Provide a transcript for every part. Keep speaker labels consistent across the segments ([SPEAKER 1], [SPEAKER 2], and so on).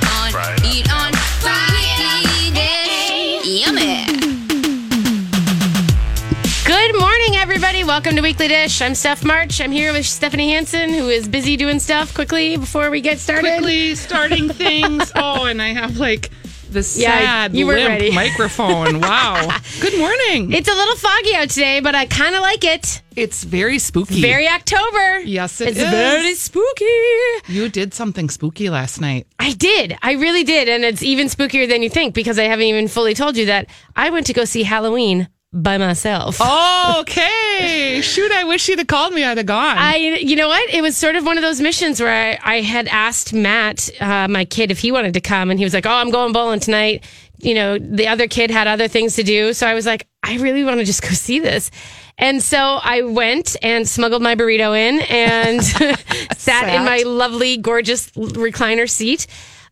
[SPEAKER 1] Friday.
[SPEAKER 2] Eat on Friday. Yummy.
[SPEAKER 3] Good morning, everybody. Welcome to Weekly Dish. I'm Steph March. I'm here with Stephanie Hansen, who is busy doing stuff quickly before we get started.
[SPEAKER 4] quickly starting things. Oh, and I have like the
[SPEAKER 3] Yeah,
[SPEAKER 4] sad
[SPEAKER 3] you weren't
[SPEAKER 4] limp
[SPEAKER 3] ready.
[SPEAKER 4] microphone. Wow. Good morning.
[SPEAKER 3] It's a little foggy out today, but I kind of like it.
[SPEAKER 4] it's very spooky.
[SPEAKER 3] Very October.
[SPEAKER 4] Yes, it
[SPEAKER 3] it's
[SPEAKER 4] is.
[SPEAKER 3] very spooky.
[SPEAKER 4] you did something spooky last night.
[SPEAKER 3] I did. I really did. And it's even spookier than you think because I haven't even fully told you that I went to go see Halloween by
[SPEAKER 4] Oh,
[SPEAKER 3] myself.
[SPEAKER 4] Okay. Shoot, I wish you'd have called me. I'd have gone.
[SPEAKER 3] I, you know what? It was sort of one of those missions where I, I had asked Matt, uh, my kid, if he wanted to come, and he was like, "Oh, I'm going bowling tonight." You know, the other kid had other things to do, so I was like, "I really want to just go see this." And so I went and smuggled my burrito in and sat, in my lovely, gorgeous recliner seat.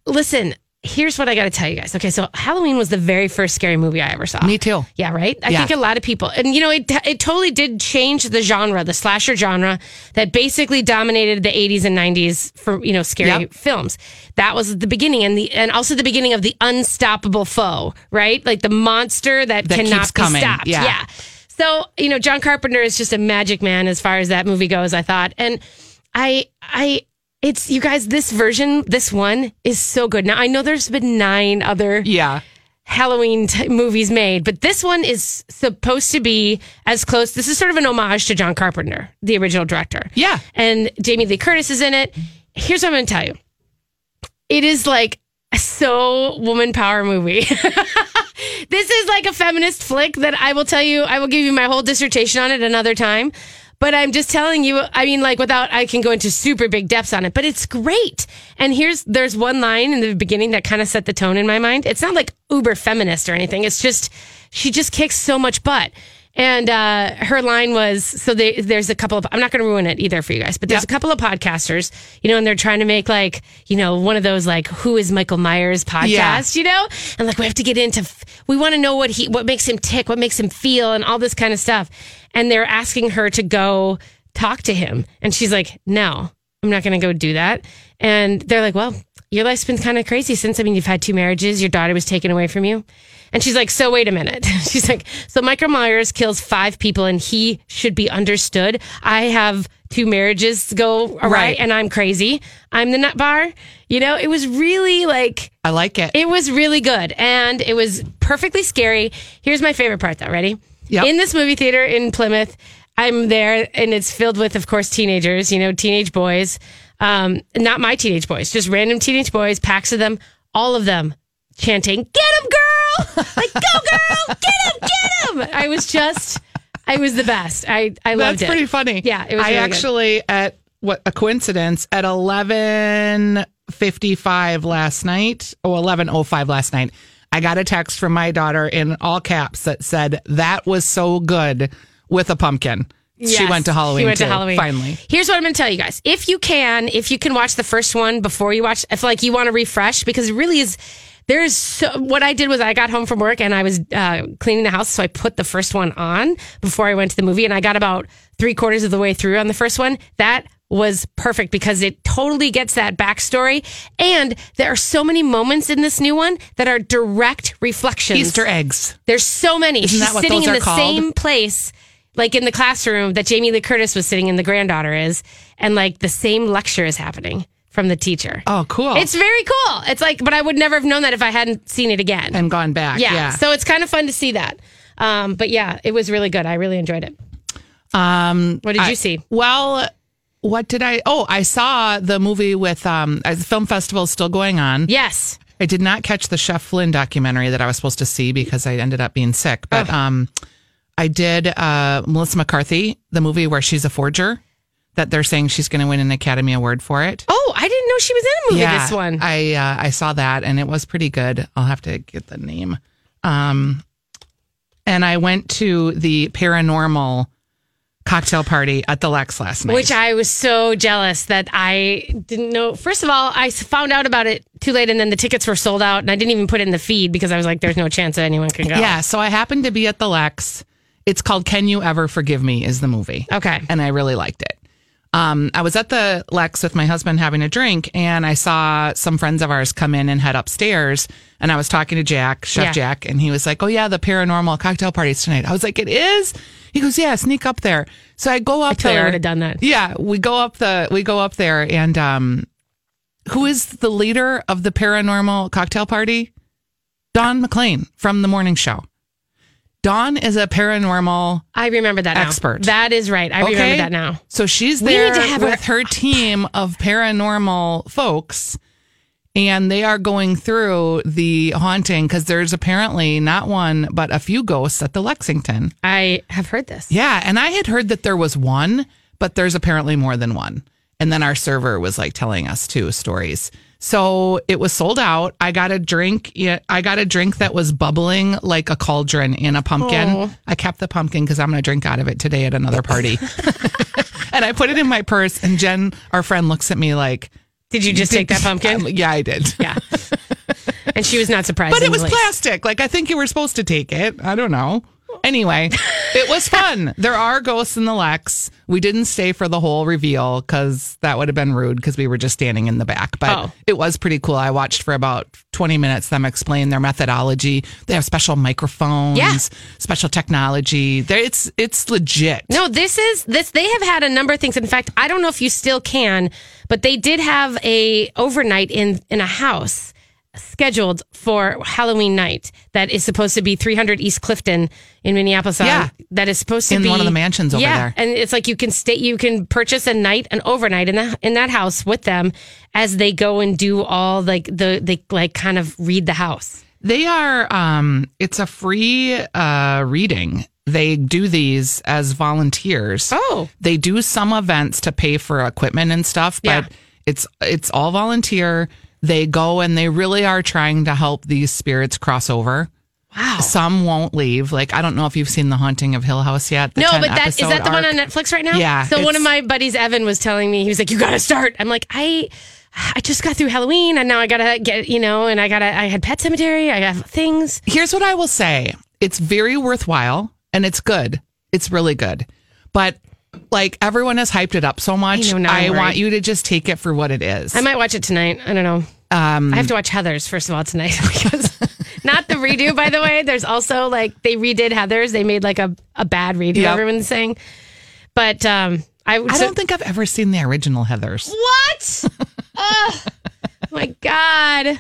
[SPEAKER 3] Listen, here's what I got to tell you guys. Okay, so Halloween was the very first scary movie I ever saw.
[SPEAKER 4] Me too.
[SPEAKER 3] Yeah, right. I
[SPEAKER 4] Yeah.
[SPEAKER 3] think a lot of people, and you know, it it totally did change the genre, the slasher genre that basically dominated the '80s and '90s for you know scary
[SPEAKER 4] Yep.
[SPEAKER 3] films. That was the beginning, and the and also the beginning of the unstoppable foe, right? Like the monster that,
[SPEAKER 4] That
[SPEAKER 3] cannot
[SPEAKER 4] keeps
[SPEAKER 3] be
[SPEAKER 4] coming.
[SPEAKER 3] stopped.
[SPEAKER 4] Yeah.
[SPEAKER 3] yeah. So you know, John Carpenter is just a magic man as far as that movie goes. I thought, and I I. It's you guys. This version, this one is so good. Now I know there's been nine other
[SPEAKER 4] yeah.
[SPEAKER 3] Halloween t- movies made, but this one is supposed to be as close. This is sort of an homage to John Carpenter, the original director.
[SPEAKER 4] Yeah.
[SPEAKER 3] And Jamie Lee Curtis is in it. Here's what I'm going to tell you it is like so woman power movie. this is like a feminist flick that I will tell you, I will give you my whole dissertation on it another time. But I'm just telling you, I mean, like without, I can go into super big depths on it, but it's great. And here's, there's one line in the beginning that kind of set the tone in my mind. It's not like uber feminist or anything. It's just, she just kicks so much butt. And uh, her line was so they, there's a couple of I'm not going to ruin it either for you guys, but there's a couple of podcasters, you know, and they're trying to make like you know one of those like who is Michael Myers podcast,
[SPEAKER 4] Yeah.
[SPEAKER 3] you know, and like we have to get into f- we want to know what he what makes him tick, what makes him feel, and all this kind of stuff. And they're asking her to go talk to him, and she's like, no, I'm not going to go do that. And they're like, well, your life's been kind of crazy since I mean you've had two marriages, your daughter was taken away from you. And she's like, so wait a minute. She's like, so Michael Myers kills five people and he should be understood. I have two marriages to go awry
[SPEAKER 4] Right.
[SPEAKER 3] and I'm crazy. I'm the nut bar. You know, it was really like,
[SPEAKER 4] I like it.
[SPEAKER 3] it was really good and it was perfectly scary. Here's my favorite part though. Ready?
[SPEAKER 4] Yep.
[SPEAKER 3] In this movie theater in Plymouth, I'm there and it's filled with, of course, teenagers, you know, teenage boys. Um, not my teenage boys, just random teenage boys, packs of them, all of them chanting, Get him, girl! Like, go, girl! Get him, get him! I was just, I was the best. I, I loved
[SPEAKER 4] That's
[SPEAKER 3] it.
[SPEAKER 4] pretty funny.
[SPEAKER 3] Yeah, it was
[SPEAKER 4] I
[SPEAKER 3] really good.
[SPEAKER 4] actually at what a coincidence at 11:55 last night, oh 11:05 last night, I got a text from my daughter in all caps that said that was so good with a pumpkin. She
[SPEAKER 3] Yes,
[SPEAKER 4] went to Halloween.
[SPEAKER 3] She went
[SPEAKER 4] too,
[SPEAKER 3] to Halloween.
[SPEAKER 4] Finally.
[SPEAKER 3] Here's what I'm going to tell you guys. If you can, if you can watch the first one before you watch, if like you want to refresh, because it really is, there's so, what I did was I got home from work and I was uh, cleaning the house. So I put the first one on before I went to the movie and I got about three quarters of the way through on the first one. That was perfect because it totally gets that backstory. And there are so many moments in this new one that are direct reflections.
[SPEAKER 4] Easter eggs.
[SPEAKER 3] There's so many. She's
[SPEAKER 4] that what
[SPEAKER 3] sitting
[SPEAKER 4] those
[SPEAKER 3] in
[SPEAKER 4] are
[SPEAKER 3] the
[SPEAKER 4] called?
[SPEAKER 3] same place, like in the classroom that Jamie Lee Curtis was sitting in, the granddaughter is, and like the same lecture is happening from the teacher.
[SPEAKER 4] Oh, cool.
[SPEAKER 3] It's very cool. It's like, but I would never have known that if I hadn't seen it again.
[SPEAKER 4] and gone back.
[SPEAKER 3] yeah.
[SPEAKER 4] Yeah.
[SPEAKER 3] So it's kind of fun to see that. Um, but yeah, it was really good. I really enjoyed it.
[SPEAKER 4] um
[SPEAKER 3] What did
[SPEAKER 4] I-
[SPEAKER 3] you see?
[SPEAKER 4] Well, what did I Oh, I saw the movie with um as the film festival is still going on.
[SPEAKER 3] Yes.
[SPEAKER 4] I did not catch the Chef Flynn documentary that I was supposed to see because I ended up being sick. But um, I did uh, Melissa McCarthy, the movie where she's a forger, that they're saying she's going to win an Academy Award for it.
[SPEAKER 3] Oh, I didn't know she was in a movie. This one.
[SPEAKER 4] I uh, I saw that and it was pretty good. I'll have to get the name. Um, and I went to the paranormal cocktail party at the Lex last night.
[SPEAKER 3] Which I was so jealous that I didn't know. First of all, I s- found out about it too late, and then the tickets were sold out, and I didn't even put it in the feed because I was like, "There's no chance that anyone can go."
[SPEAKER 4] yeah, so I happened to be at the Lex. It's called Can You Ever Forgive Me? Is the movie.
[SPEAKER 3] Okay.
[SPEAKER 4] and I really liked it. um, I was at the Lex with my husband having a drink, and I saw some friends of ours come in and head upstairs. And I was talking to Jack, Chef
[SPEAKER 3] Yeah.
[SPEAKER 4] Jack, and he was like, "Oh yeah, the paranormal cocktail party's tonight." I was like, "It is." He goes, "Yeah, sneak up there." So I go up
[SPEAKER 3] totally
[SPEAKER 4] there.
[SPEAKER 3] would've done that.
[SPEAKER 4] Yeah, we go up the we go up there, and um, who is the leader of the paranormal cocktail party? Don McLean from the morning show. Don is a paranormal
[SPEAKER 3] I remember that now.
[SPEAKER 4] Expert.
[SPEAKER 3] That is right. I remember that now.
[SPEAKER 4] so she's
[SPEAKER 3] need
[SPEAKER 4] there
[SPEAKER 3] to have her-
[SPEAKER 4] with her team of paranormal folks, and they are going through the haunting because there's apparently not one but a few ghosts at the Lexington.
[SPEAKER 3] I have heard this.
[SPEAKER 4] Yeah, and I had heard that there was one, but there's apparently more than one. And then our server was like telling us two stories. So it was sold out. I got a drink. yeah, I got a drink that was bubbling like a cauldron in a pumpkin.
[SPEAKER 3] Oh.
[SPEAKER 4] I kept the pumpkin because I'm going to drink out of it today at another party. and I put it in my purse. And Jen, our friend, looks at me like,
[SPEAKER 3] Did you just take that pumpkin?
[SPEAKER 4] um, yeah, I did.
[SPEAKER 3] yeah. And she was not surprised.
[SPEAKER 4] But it was
[SPEAKER 3] easily.
[SPEAKER 4] plastic. Like I think you were supposed to take it. I don't know. Anyway, it was fun. There are ghosts in the Lex. We didn't stay for the whole reveal because that would have been rude because we were just standing in the back. But
[SPEAKER 3] Oh.
[SPEAKER 4] it was pretty cool. I watched for about 20 minutes them explain their methodology. They have special microphones,
[SPEAKER 3] Yeah.
[SPEAKER 4] special technology. They're, it's it's legit.
[SPEAKER 3] No, this is this. They have had a number of things. In fact, I don't know if you still can, but they did have a overnight in in a house scheduled for Halloween night that is supposed to be 300 East Clifton in Minneapolis. on-
[SPEAKER 4] Yeah.
[SPEAKER 3] that is supposed to
[SPEAKER 4] In
[SPEAKER 3] be
[SPEAKER 4] one of the mansions over
[SPEAKER 3] yeah,
[SPEAKER 4] there.
[SPEAKER 3] and it's like you can stay, you can purchase a night, an overnight in that in that house with them as they go and do all like the they like kind of read the house.
[SPEAKER 4] They are um it's a free uh reading. They do these as volunteers.
[SPEAKER 3] Oh.
[SPEAKER 4] They do some events to pay for equipment and stuff, but
[SPEAKER 3] Yeah.
[SPEAKER 4] it's it's all volunteer. They go and they really are trying to help these spirits cross over.
[SPEAKER 3] Wow.
[SPEAKER 4] Some won't leave. Like I don't know if you've seen The Haunting of Hill House yet. the
[SPEAKER 3] No,
[SPEAKER 4] 10
[SPEAKER 3] but that is
[SPEAKER 4] episode
[SPEAKER 3] that the one
[SPEAKER 4] arc.
[SPEAKER 3] on Netflix right now?
[SPEAKER 4] Yeah,
[SPEAKER 3] So one
[SPEAKER 4] it's-
[SPEAKER 3] of my buddies, Evan, was telling me he was like, "You got to start." I'm like, I. I just got through Halloween and now I gotta get, you know, and I gotta, I had Pet Cemetery, I have things.
[SPEAKER 4] here's what I will say. It's very worthwhile and it's good. It's really good. But like everyone has hyped it up so much.
[SPEAKER 3] know, now I'm worried.
[SPEAKER 4] want you to just take it for what it is.
[SPEAKER 3] I might watch it tonight. I don't know.
[SPEAKER 4] Um,
[SPEAKER 3] I have to watch Heather's, first of all, tonight. Because not the redo, by the way. There's also like, they redid Heather's. They made like a, a bad redo,
[SPEAKER 4] Yep.
[SPEAKER 3] everyone's saying. But um, I,
[SPEAKER 4] I
[SPEAKER 3] so-
[SPEAKER 4] don't think I've ever seen the original Heathers.
[SPEAKER 3] What? oh my god.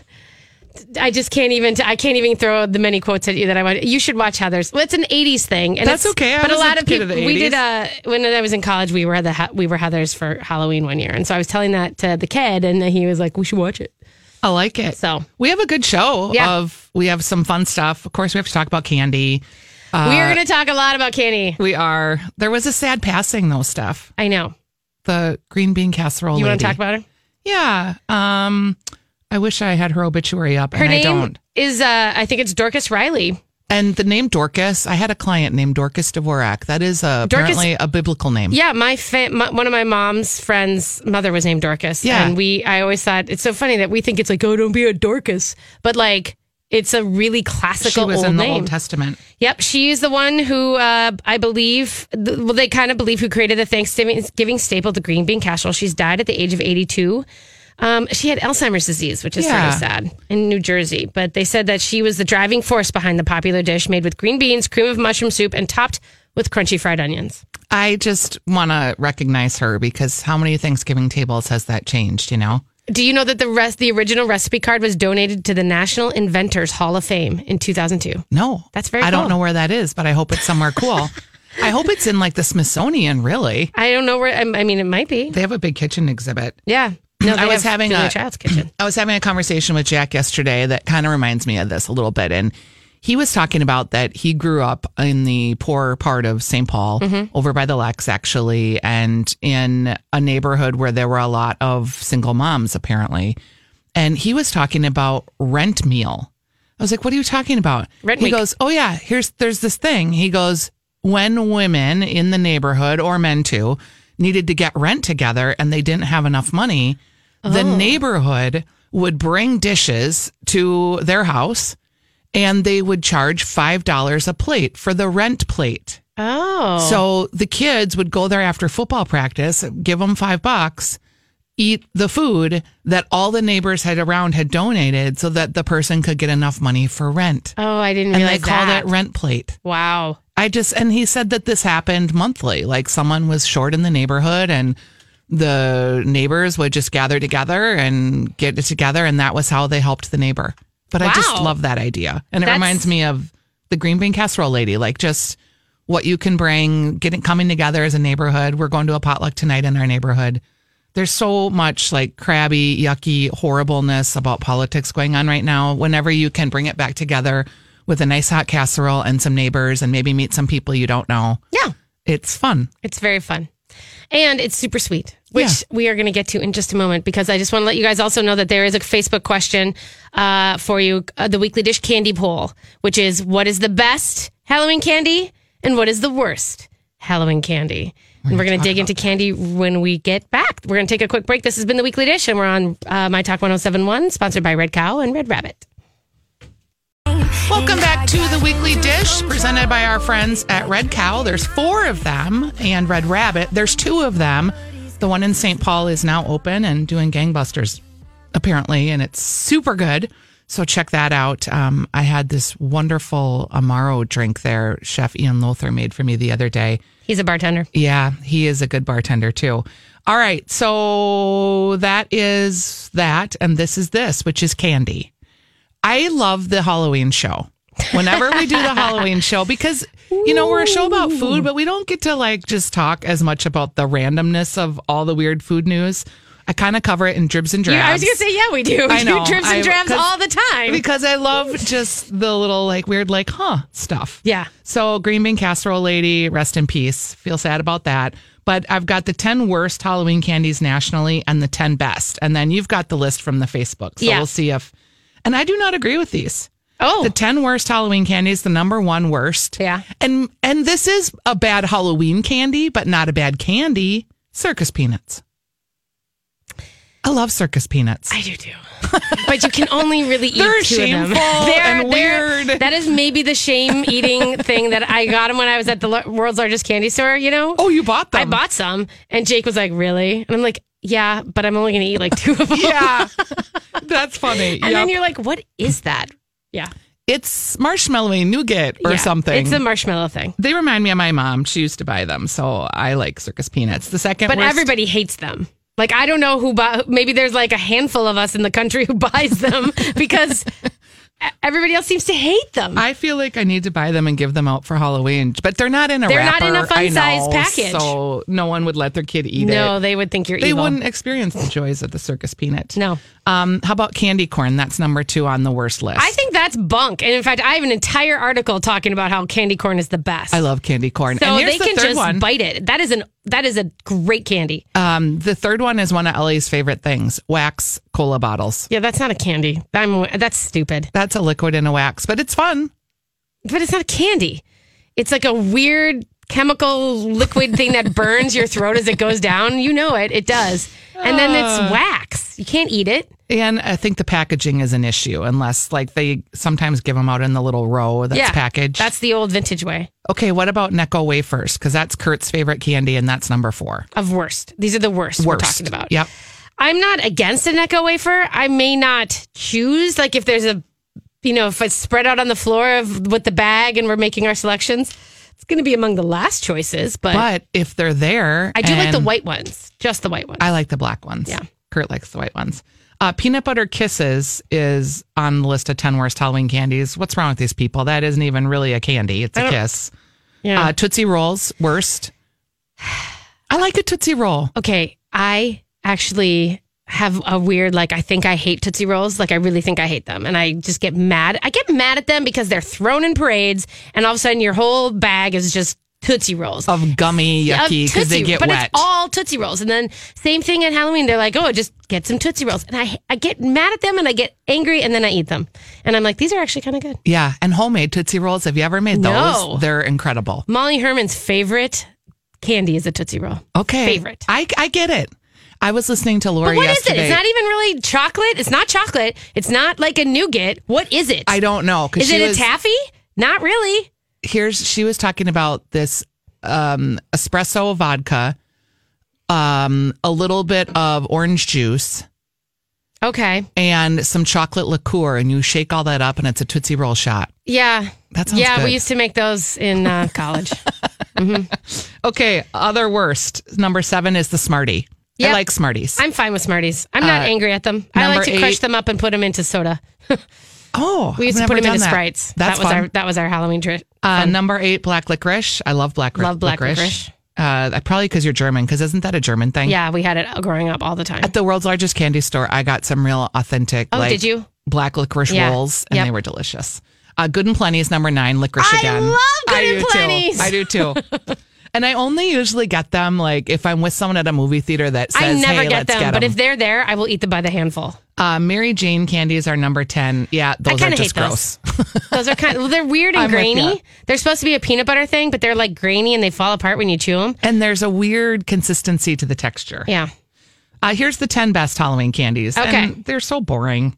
[SPEAKER 3] I just can't even. I can't even throw the many quotes at you that I want. You should watch Heather's. Well, it's an '80s thing, and
[SPEAKER 4] That's
[SPEAKER 3] it's-
[SPEAKER 4] okay. I
[SPEAKER 3] but a
[SPEAKER 4] was
[SPEAKER 3] lot
[SPEAKER 4] a
[SPEAKER 3] of
[SPEAKER 4] kid
[SPEAKER 3] people.
[SPEAKER 4] of the
[SPEAKER 3] We did uh, when I was in college. We were the Ha- we were Heather's for Halloween one year, and so I was telling that to the kid, and he was like, "We should watch it."
[SPEAKER 4] I like it.
[SPEAKER 3] So.
[SPEAKER 4] we have a good show
[SPEAKER 3] Yeah.
[SPEAKER 4] of we have some fun stuff. Of course, we have to talk about candy. Uh,
[SPEAKER 3] we are going to talk a lot about candy.
[SPEAKER 4] We are there was a sad passing though, Steph.
[SPEAKER 3] I know.
[SPEAKER 4] The green bean casserole.
[SPEAKER 3] You
[SPEAKER 4] want to
[SPEAKER 3] talk about her?
[SPEAKER 4] Yeah. Um I wish I had her obituary up
[SPEAKER 3] Her
[SPEAKER 4] and
[SPEAKER 3] name
[SPEAKER 4] I don't.
[SPEAKER 3] is uh, I think it's Dorcas Riley.
[SPEAKER 4] And the name Dorcas, I had a client named Dorcas Dvorak. That is uh
[SPEAKER 3] Dorcas-
[SPEAKER 4] apparently a biblical name.
[SPEAKER 3] Yeah, my, fa- my one of my mom's friends' mother was named Dorcas.
[SPEAKER 4] Yeah.
[SPEAKER 3] and we I always thought it's so funny that we think it's like oh don't be a Dorcas, but like it's a really
[SPEAKER 4] she
[SPEAKER 3] classical
[SPEAKER 4] was
[SPEAKER 3] old
[SPEAKER 4] in the
[SPEAKER 3] name.
[SPEAKER 4] Old Testament.
[SPEAKER 3] yep, she is the one who uh, I believe th- well they kind of believe who created the Thanksgiving giving staple, the green bean casserole. She's died at the age of eighty two. Um, she had Alzheimer's disease, which is
[SPEAKER 4] Yeah.
[SPEAKER 3] sort of sad in New Jersey. But they said that she was the driving force behind the popular dish made with green beans, cream of mushroom soup, and topped with crunchy fried onions.
[SPEAKER 4] I just want to recognize her because how many Thanksgiving tables has that changed, you know?
[SPEAKER 3] Do you know that the rest, the original recipe card was donated to the National Inventors Hall of Fame in 2002?
[SPEAKER 4] No.
[SPEAKER 3] That's very
[SPEAKER 4] I
[SPEAKER 3] cool.
[SPEAKER 4] don't know where that is, but I hope it's somewhere cool. I hope it's in like the Smithsonian, really.
[SPEAKER 3] I don't know where. I, I mean, it might be.
[SPEAKER 4] They have a big kitchen exhibit.
[SPEAKER 3] Yeah. No,
[SPEAKER 4] I
[SPEAKER 3] they
[SPEAKER 4] was
[SPEAKER 3] have
[SPEAKER 4] having
[SPEAKER 3] Julia
[SPEAKER 4] a-
[SPEAKER 3] child's kitchen.
[SPEAKER 4] I was having a conversation with Jack yesterday that kind of reminds me of this a little bit. And he was talking about that he grew up in the poorer part of St. Paul, over by the Lex, actually, and in a neighborhood where there were a lot of single moms, apparently. And he was talking about rent meal. I was like, what are you talking about?
[SPEAKER 3] Rent
[SPEAKER 4] he
[SPEAKER 3] week.
[SPEAKER 4] goes, oh, yeah, here's, there's this thing. He goes, when women in the neighborhood or men too needed to get rent together and they didn't have enough money, the neighborhood would bring dishes to their house and they would charge $5 a plate for the rent plate.
[SPEAKER 3] Oh.
[SPEAKER 4] So the kids would go there after football practice, give them five bucks, eat the food that all the neighbors had around had donated so that the person could get enough money for rent.
[SPEAKER 3] oh, I didn't
[SPEAKER 4] And
[SPEAKER 3] realize
[SPEAKER 4] they call
[SPEAKER 3] that.
[SPEAKER 4] that rent plate.
[SPEAKER 3] wow.
[SPEAKER 4] I just, and he said that this happened monthly. Like someone was short in the neighborhood and the neighbors would just gather together and get it together. And that was how they helped the neighbor. But I just
[SPEAKER 3] Wow.
[SPEAKER 4] love that idea. And it
[SPEAKER 3] That's-
[SPEAKER 4] reminds me of the green bean casserole lady, like just what you can bring, getting coming together as a neighborhood. We're going to a potluck tonight in our neighborhood. There's so much like crabby, yucky horribleness about politics going on right now. Whenever you can bring it back together with a nice hot casserole and some neighbors and maybe meet some people you don't know,
[SPEAKER 3] Yeah.
[SPEAKER 4] it's fun.
[SPEAKER 3] It's very fun. And it's super sweet, which
[SPEAKER 4] Yeah.
[SPEAKER 3] we are going to get to in just a moment because I just want to let you guys also know that there is a Facebook question uh, for you uh, the weekly dish candy poll, which is what is the best Halloween candy and what is the worst Halloween candy? and we're going to dig into candy when we get back. We're going to take a quick break. This has been the weekly dish, and we're on uh, My Talk 1071, sponsored by Red Cow and Red Rabbit.
[SPEAKER 4] Welcome back to the weekly dish presented by our friends at Red Cow. There's four of them and Red Rabbit. There's two of them. The one in St. Paul is now open and doing gangbusters, apparently, and it's super good. So check that out. Um, I had this wonderful Amaro drink there, Chef Ian Lothar made for me the other day.
[SPEAKER 3] He's a bartender.
[SPEAKER 4] Yeah, he is a good bartender too. All right, so that is that, and this is this, which is candy. I love the Halloween show. Whenever we do the Halloween show, because you know we're a show about food, but we don't get to like just talk as much about the randomness of all the weird food news. I kind of cover it in dribs and drabs.
[SPEAKER 3] I was going to say, yeah, we do. We
[SPEAKER 4] I know.
[SPEAKER 3] do trips
[SPEAKER 4] I-
[SPEAKER 3] and drabs
[SPEAKER 4] 'cause-
[SPEAKER 3] all the time.
[SPEAKER 4] because I love just the little like weird like huh stuff.
[SPEAKER 3] Yeah.
[SPEAKER 4] So green bean casserole lady, rest in peace. Feel sad about that. But I've got the 10 worst Halloween candies nationally and the 10 best. And then you've got the list from the Facebook. So
[SPEAKER 3] Yeah.
[SPEAKER 4] we'll see if and I do not agree with these.
[SPEAKER 3] Oh,
[SPEAKER 4] The 10 worst Halloween candies, the number one worst.
[SPEAKER 3] Yeah.
[SPEAKER 4] And and this is a bad Halloween candy, but not a bad candy. Circus peanuts. I love circus peanuts.
[SPEAKER 3] I do too. but you can only really eat
[SPEAKER 4] They're
[SPEAKER 3] two of them.
[SPEAKER 4] shameful and weird.
[SPEAKER 3] That is maybe the shame eating thing that I got them when I was at the lo- world's largest candy store, you know?
[SPEAKER 4] oh, you bought them.
[SPEAKER 3] I bought some and Jake was like, "Really?" And I'm like, "Yeah, but I'm only going to eat like two of them."
[SPEAKER 4] yeah. That's funny.
[SPEAKER 3] And
[SPEAKER 4] Yep.
[SPEAKER 3] then you're like, "What is that?" Yeah.
[SPEAKER 4] it's marshmallow nougat or
[SPEAKER 3] Yeah.
[SPEAKER 4] something.
[SPEAKER 3] It's a marshmallow thing.
[SPEAKER 4] they remind me of my mom. She used to buy them, so I like circus peanuts. The second,
[SPEAKER 3] But
[SPEAKER 4] worst-
[SPEAKER 3] everybody hates them. Like I don't know who bought maybe there's like a handful of us in the country who buys them because e- everybody else seems to hate them.
[SPEAKER 4] I feel like I need to buy them and give them out for Halloween, but they're not in a.
[SPEAKER 3] They're not in a
[SPEAKER 4] wrapper. I
[SPEAKER 3] fun-size
[SPEAKER 4] know,
[SPEAKER 3] package.
[SPEAKER 4] so no one would let their kid eat
[SPEAKER 3] no,
[SPEAKER 4] it.
[SPEAKER 3] they would think you're
[SPEAKER 4] They
[SPEAKER 3] evil.
[SPEAKER 4] wouldn't experience the joys of the circus peanut.
[SPEAKER 3] No.
[SPEAKER 4] Um, how about candy corn? That's number two on the worst list.
[SPEAKER 3] I think that's bunk. And in fact, I have an entire article talking about how candy corn is the best.
[SPEAKER 4] I love candy corn.
[SPEAKER 3] so
[SPEAKER 4] and here's
[SPEAKER 3] they
[SPEAKER 4] the
[SPEAKER 3] can
[SPEAKER 4] third
[SPEAKER 3] just
[SPEAKER 4] one.
[SPEAKER 3] bite it. That is an that is a great candy.
[SPEAKER 4] um, the third one is one of Ellie's favorite things: wax cola bottles.
[SPEAKER 3] yeah, that's not a candy. I'm, that's stupid.
[SPEAKER 4] That's a liquid in a wax, but it's fun.
[SPEAKER 3] But it's not a candy. It's like a weird chemical liquid thing that burns your throat as it goes down. You know it. It does. And then it's wax. You can't eat it.
[SPEAKER 4] And I think the packaging is an issue, unless like they sometimes give them out in the little row that's
[SPEAKER 3] yeah,
[SPEAKER 4] packaged.
[SPEAKER 3] That's the old vintage way
[SPEAKER 4] okay. What about Necco wafers? Because that's Kurt's favorite candy, and that's number four.
[SPEAKER 3] of worst. These are the worst, we're talking about.
[SPEAKER 4] Yep.
[SPEAKER 3] I'm not against an echo wafer. I may not choose, like if there's a, you know, if it's spread out on the floor of with the bag and we're making our selections, it's going to be among the last choices. But,
[SPEAKER 4] But if they're there,
[SPEAKER 3] I do like the
[SPEAKER 4] and-
[SPEAKER 3] white ones, just the white ones.
[SPEAKER 4] I like the black ones.
[SPEAKER 3] Yeah.
[SPEAKER 4] Kurt likes the white ones. Uh, peanut butter kisses is on the list of ten worst Halloween candies. What's wrong with these people? That isn't even really a candy. It's a kiss.
[SPEAKER 3] yeah.
[SPEAKER 4] Uh, Tootsie rolls worst. I like a Tootsie roll.
[SPEAKER 3] okay. I actually have a weird like I think I hate Tootsie Rolls. Like I really think I hate them, and I just get mad. I get mad at them because they're thrown in parades, and all of a sudden your whole bag is just Tootsie Rolls.
[SPEAKER 4] Of gummy
[SPEAKER 3] of
[SPEAKER 4] yucky Um, because they
[SPEAKER 3] Tootsie-
[SPEAKER 4] get
[SPEAKER 3] but
[SPEAKER 4] wet.
[SPEAKER 3] it's all Tootsie Rolls. And then same thing at Halloween. They're like, oh, just get some Tootsie Rolls. And I, I get mad at them and I get angry and then I eat them. And I'm like, these are actually kind of good.
[SPEAKER 4] Yeah, and homemade Tootsie Rolls. Have you ever made those?
[SPEAKER 3] No.
[SPEAKER 4] They're incredible.
[SPEAKER 3] Molly Herman's favorite candy is a Tootsie Roll.
[SPEAKER 4] Okay.
[SPEAKER 3] Favorite.
[SPEAKER 4] I, I get it. I was listening to Lori
[SPEAKER 3] What is
[SPEAKER 4] yesterday.
[SPEAKER 3] it? It's not even really chocolate. It's not chocolate. It's not like a nougat. What is it?
[SPEAKER 4] I don't know. 'cause
[SPEAKER 3] is
[SPEAKER 4] she
[SPEAKER 3] it
[SPEAKER 4] was-
[SPEAKER 3] a taffy? Not really.
[SPEAKER 4] here's she was talking about this um, espresso vodka, um, a little bit of orange juice,
[SPEAKER 3] Okay.
[SPEAKER 4] and some chocolate liqueur, and you shake all that up, and it's a tootsie roll shot.
[SPEAKER 3] Yeah.
[SPEAKER 4] That sounds
[SPEAKER 3] yeah,
[SPEAKER 4] good.
[SPEAKER 3] we used to make those in uh, college.
[SPEAKER 4] Okay, other worst number seven is the Smartie. I
[SPEAKER 3] Yep.
[SPEAKER 4] like Smarties.
[SPEAKER 3] I'm fine with Smarties. I'm not angry at them. I like
[SPEAKER 4] Uh, number
[SPEAKER 3] to crush
[SPEAKER 4] eight-
[SPEAKER 3] them up and put them into soda.
[SPEAKER 4] oh,
[SPEAKER 3] We used
[SPEAKER 4] I've
[SPEAKER 3] to put
[SPEAKER 4] never
[SPEAKER 3] them into
[SPEAKER 4] done that.
[SPEAKER 3] Sprites.
[SPEAKER 4] That's
[SPEAKER 3] that was
[SPEAKER 4] fun.
[SPEAKER 3] our that was our Halloween trick.
[SPEAKER 4] Uh, number eight, black licorice. I love black ri-
[SPEAKER 3] Love black
[SPEAKER 4] licorice. Uh, probably because you're German. Because isn't that a German thing?
[SPEAKER 3] Yeah, we had it growing up all the time.
[SPEAKER 4] At the world's largest candy store, I got some real authentic.
[SPEAKER 3] Oh,
[SPEAKER 4] like,
[SPEAKER 3] did you?
[SPEAKER 4] Black licorice
[SPEAKER 3] Yeah.
[SPEAKER 4] rolls, and
[SPEAKER 3] Yep.
[SPEAKER 4] they were delicious. Uh, Good and Plenty is number nine. Licorice
[SPEAKER 3] I
[SPEAKER 4] again.
[SPEAKER 3] love Good and
[SPEAKER 4] do too.
[SPEAKER 3] Plenty's.
[SPEAKER 4] I do too. and I only usually get them like if I'm with someone at a movie theater that says,
[SPEAKER 3] I never
[SPEAKER 4] "Hey,
[SPEAKER 3] get
[SPEAKER 4] let's
[SPEAKER 3] them,
[SPEAKER 4] get
[SPEAKER 3] but if
[SPEAKER 4] them."
[SPEAKER 3] they're there, I will eat them by the handful.
[SPEAKER 4] uh, Mary Jane candies are number ten. Yeah, those are
[SPEAKER 3] kinda
[SPEAKER 4] just
[SPEAKER 3] hate those.
[SPEAKER 4] gross.
[SPEAKER 3] Those are kind. Well, they're weird and
[SPEAKER 4] I'm with ya.
[SPEAKER 3] grainy. They're supposed to be a peanut butter thing, but they're like grainy and they fall apart when you chew them.
[SPEAKER 4] And there's a weird consistency to the texture.
[SPEAKER 3] Yeah.
[SPEAKER 4] Uh, here's the 10 best Halloween candies.
[SPEAKER 3] Okay.
[SPEAKER 4] And they're so boring.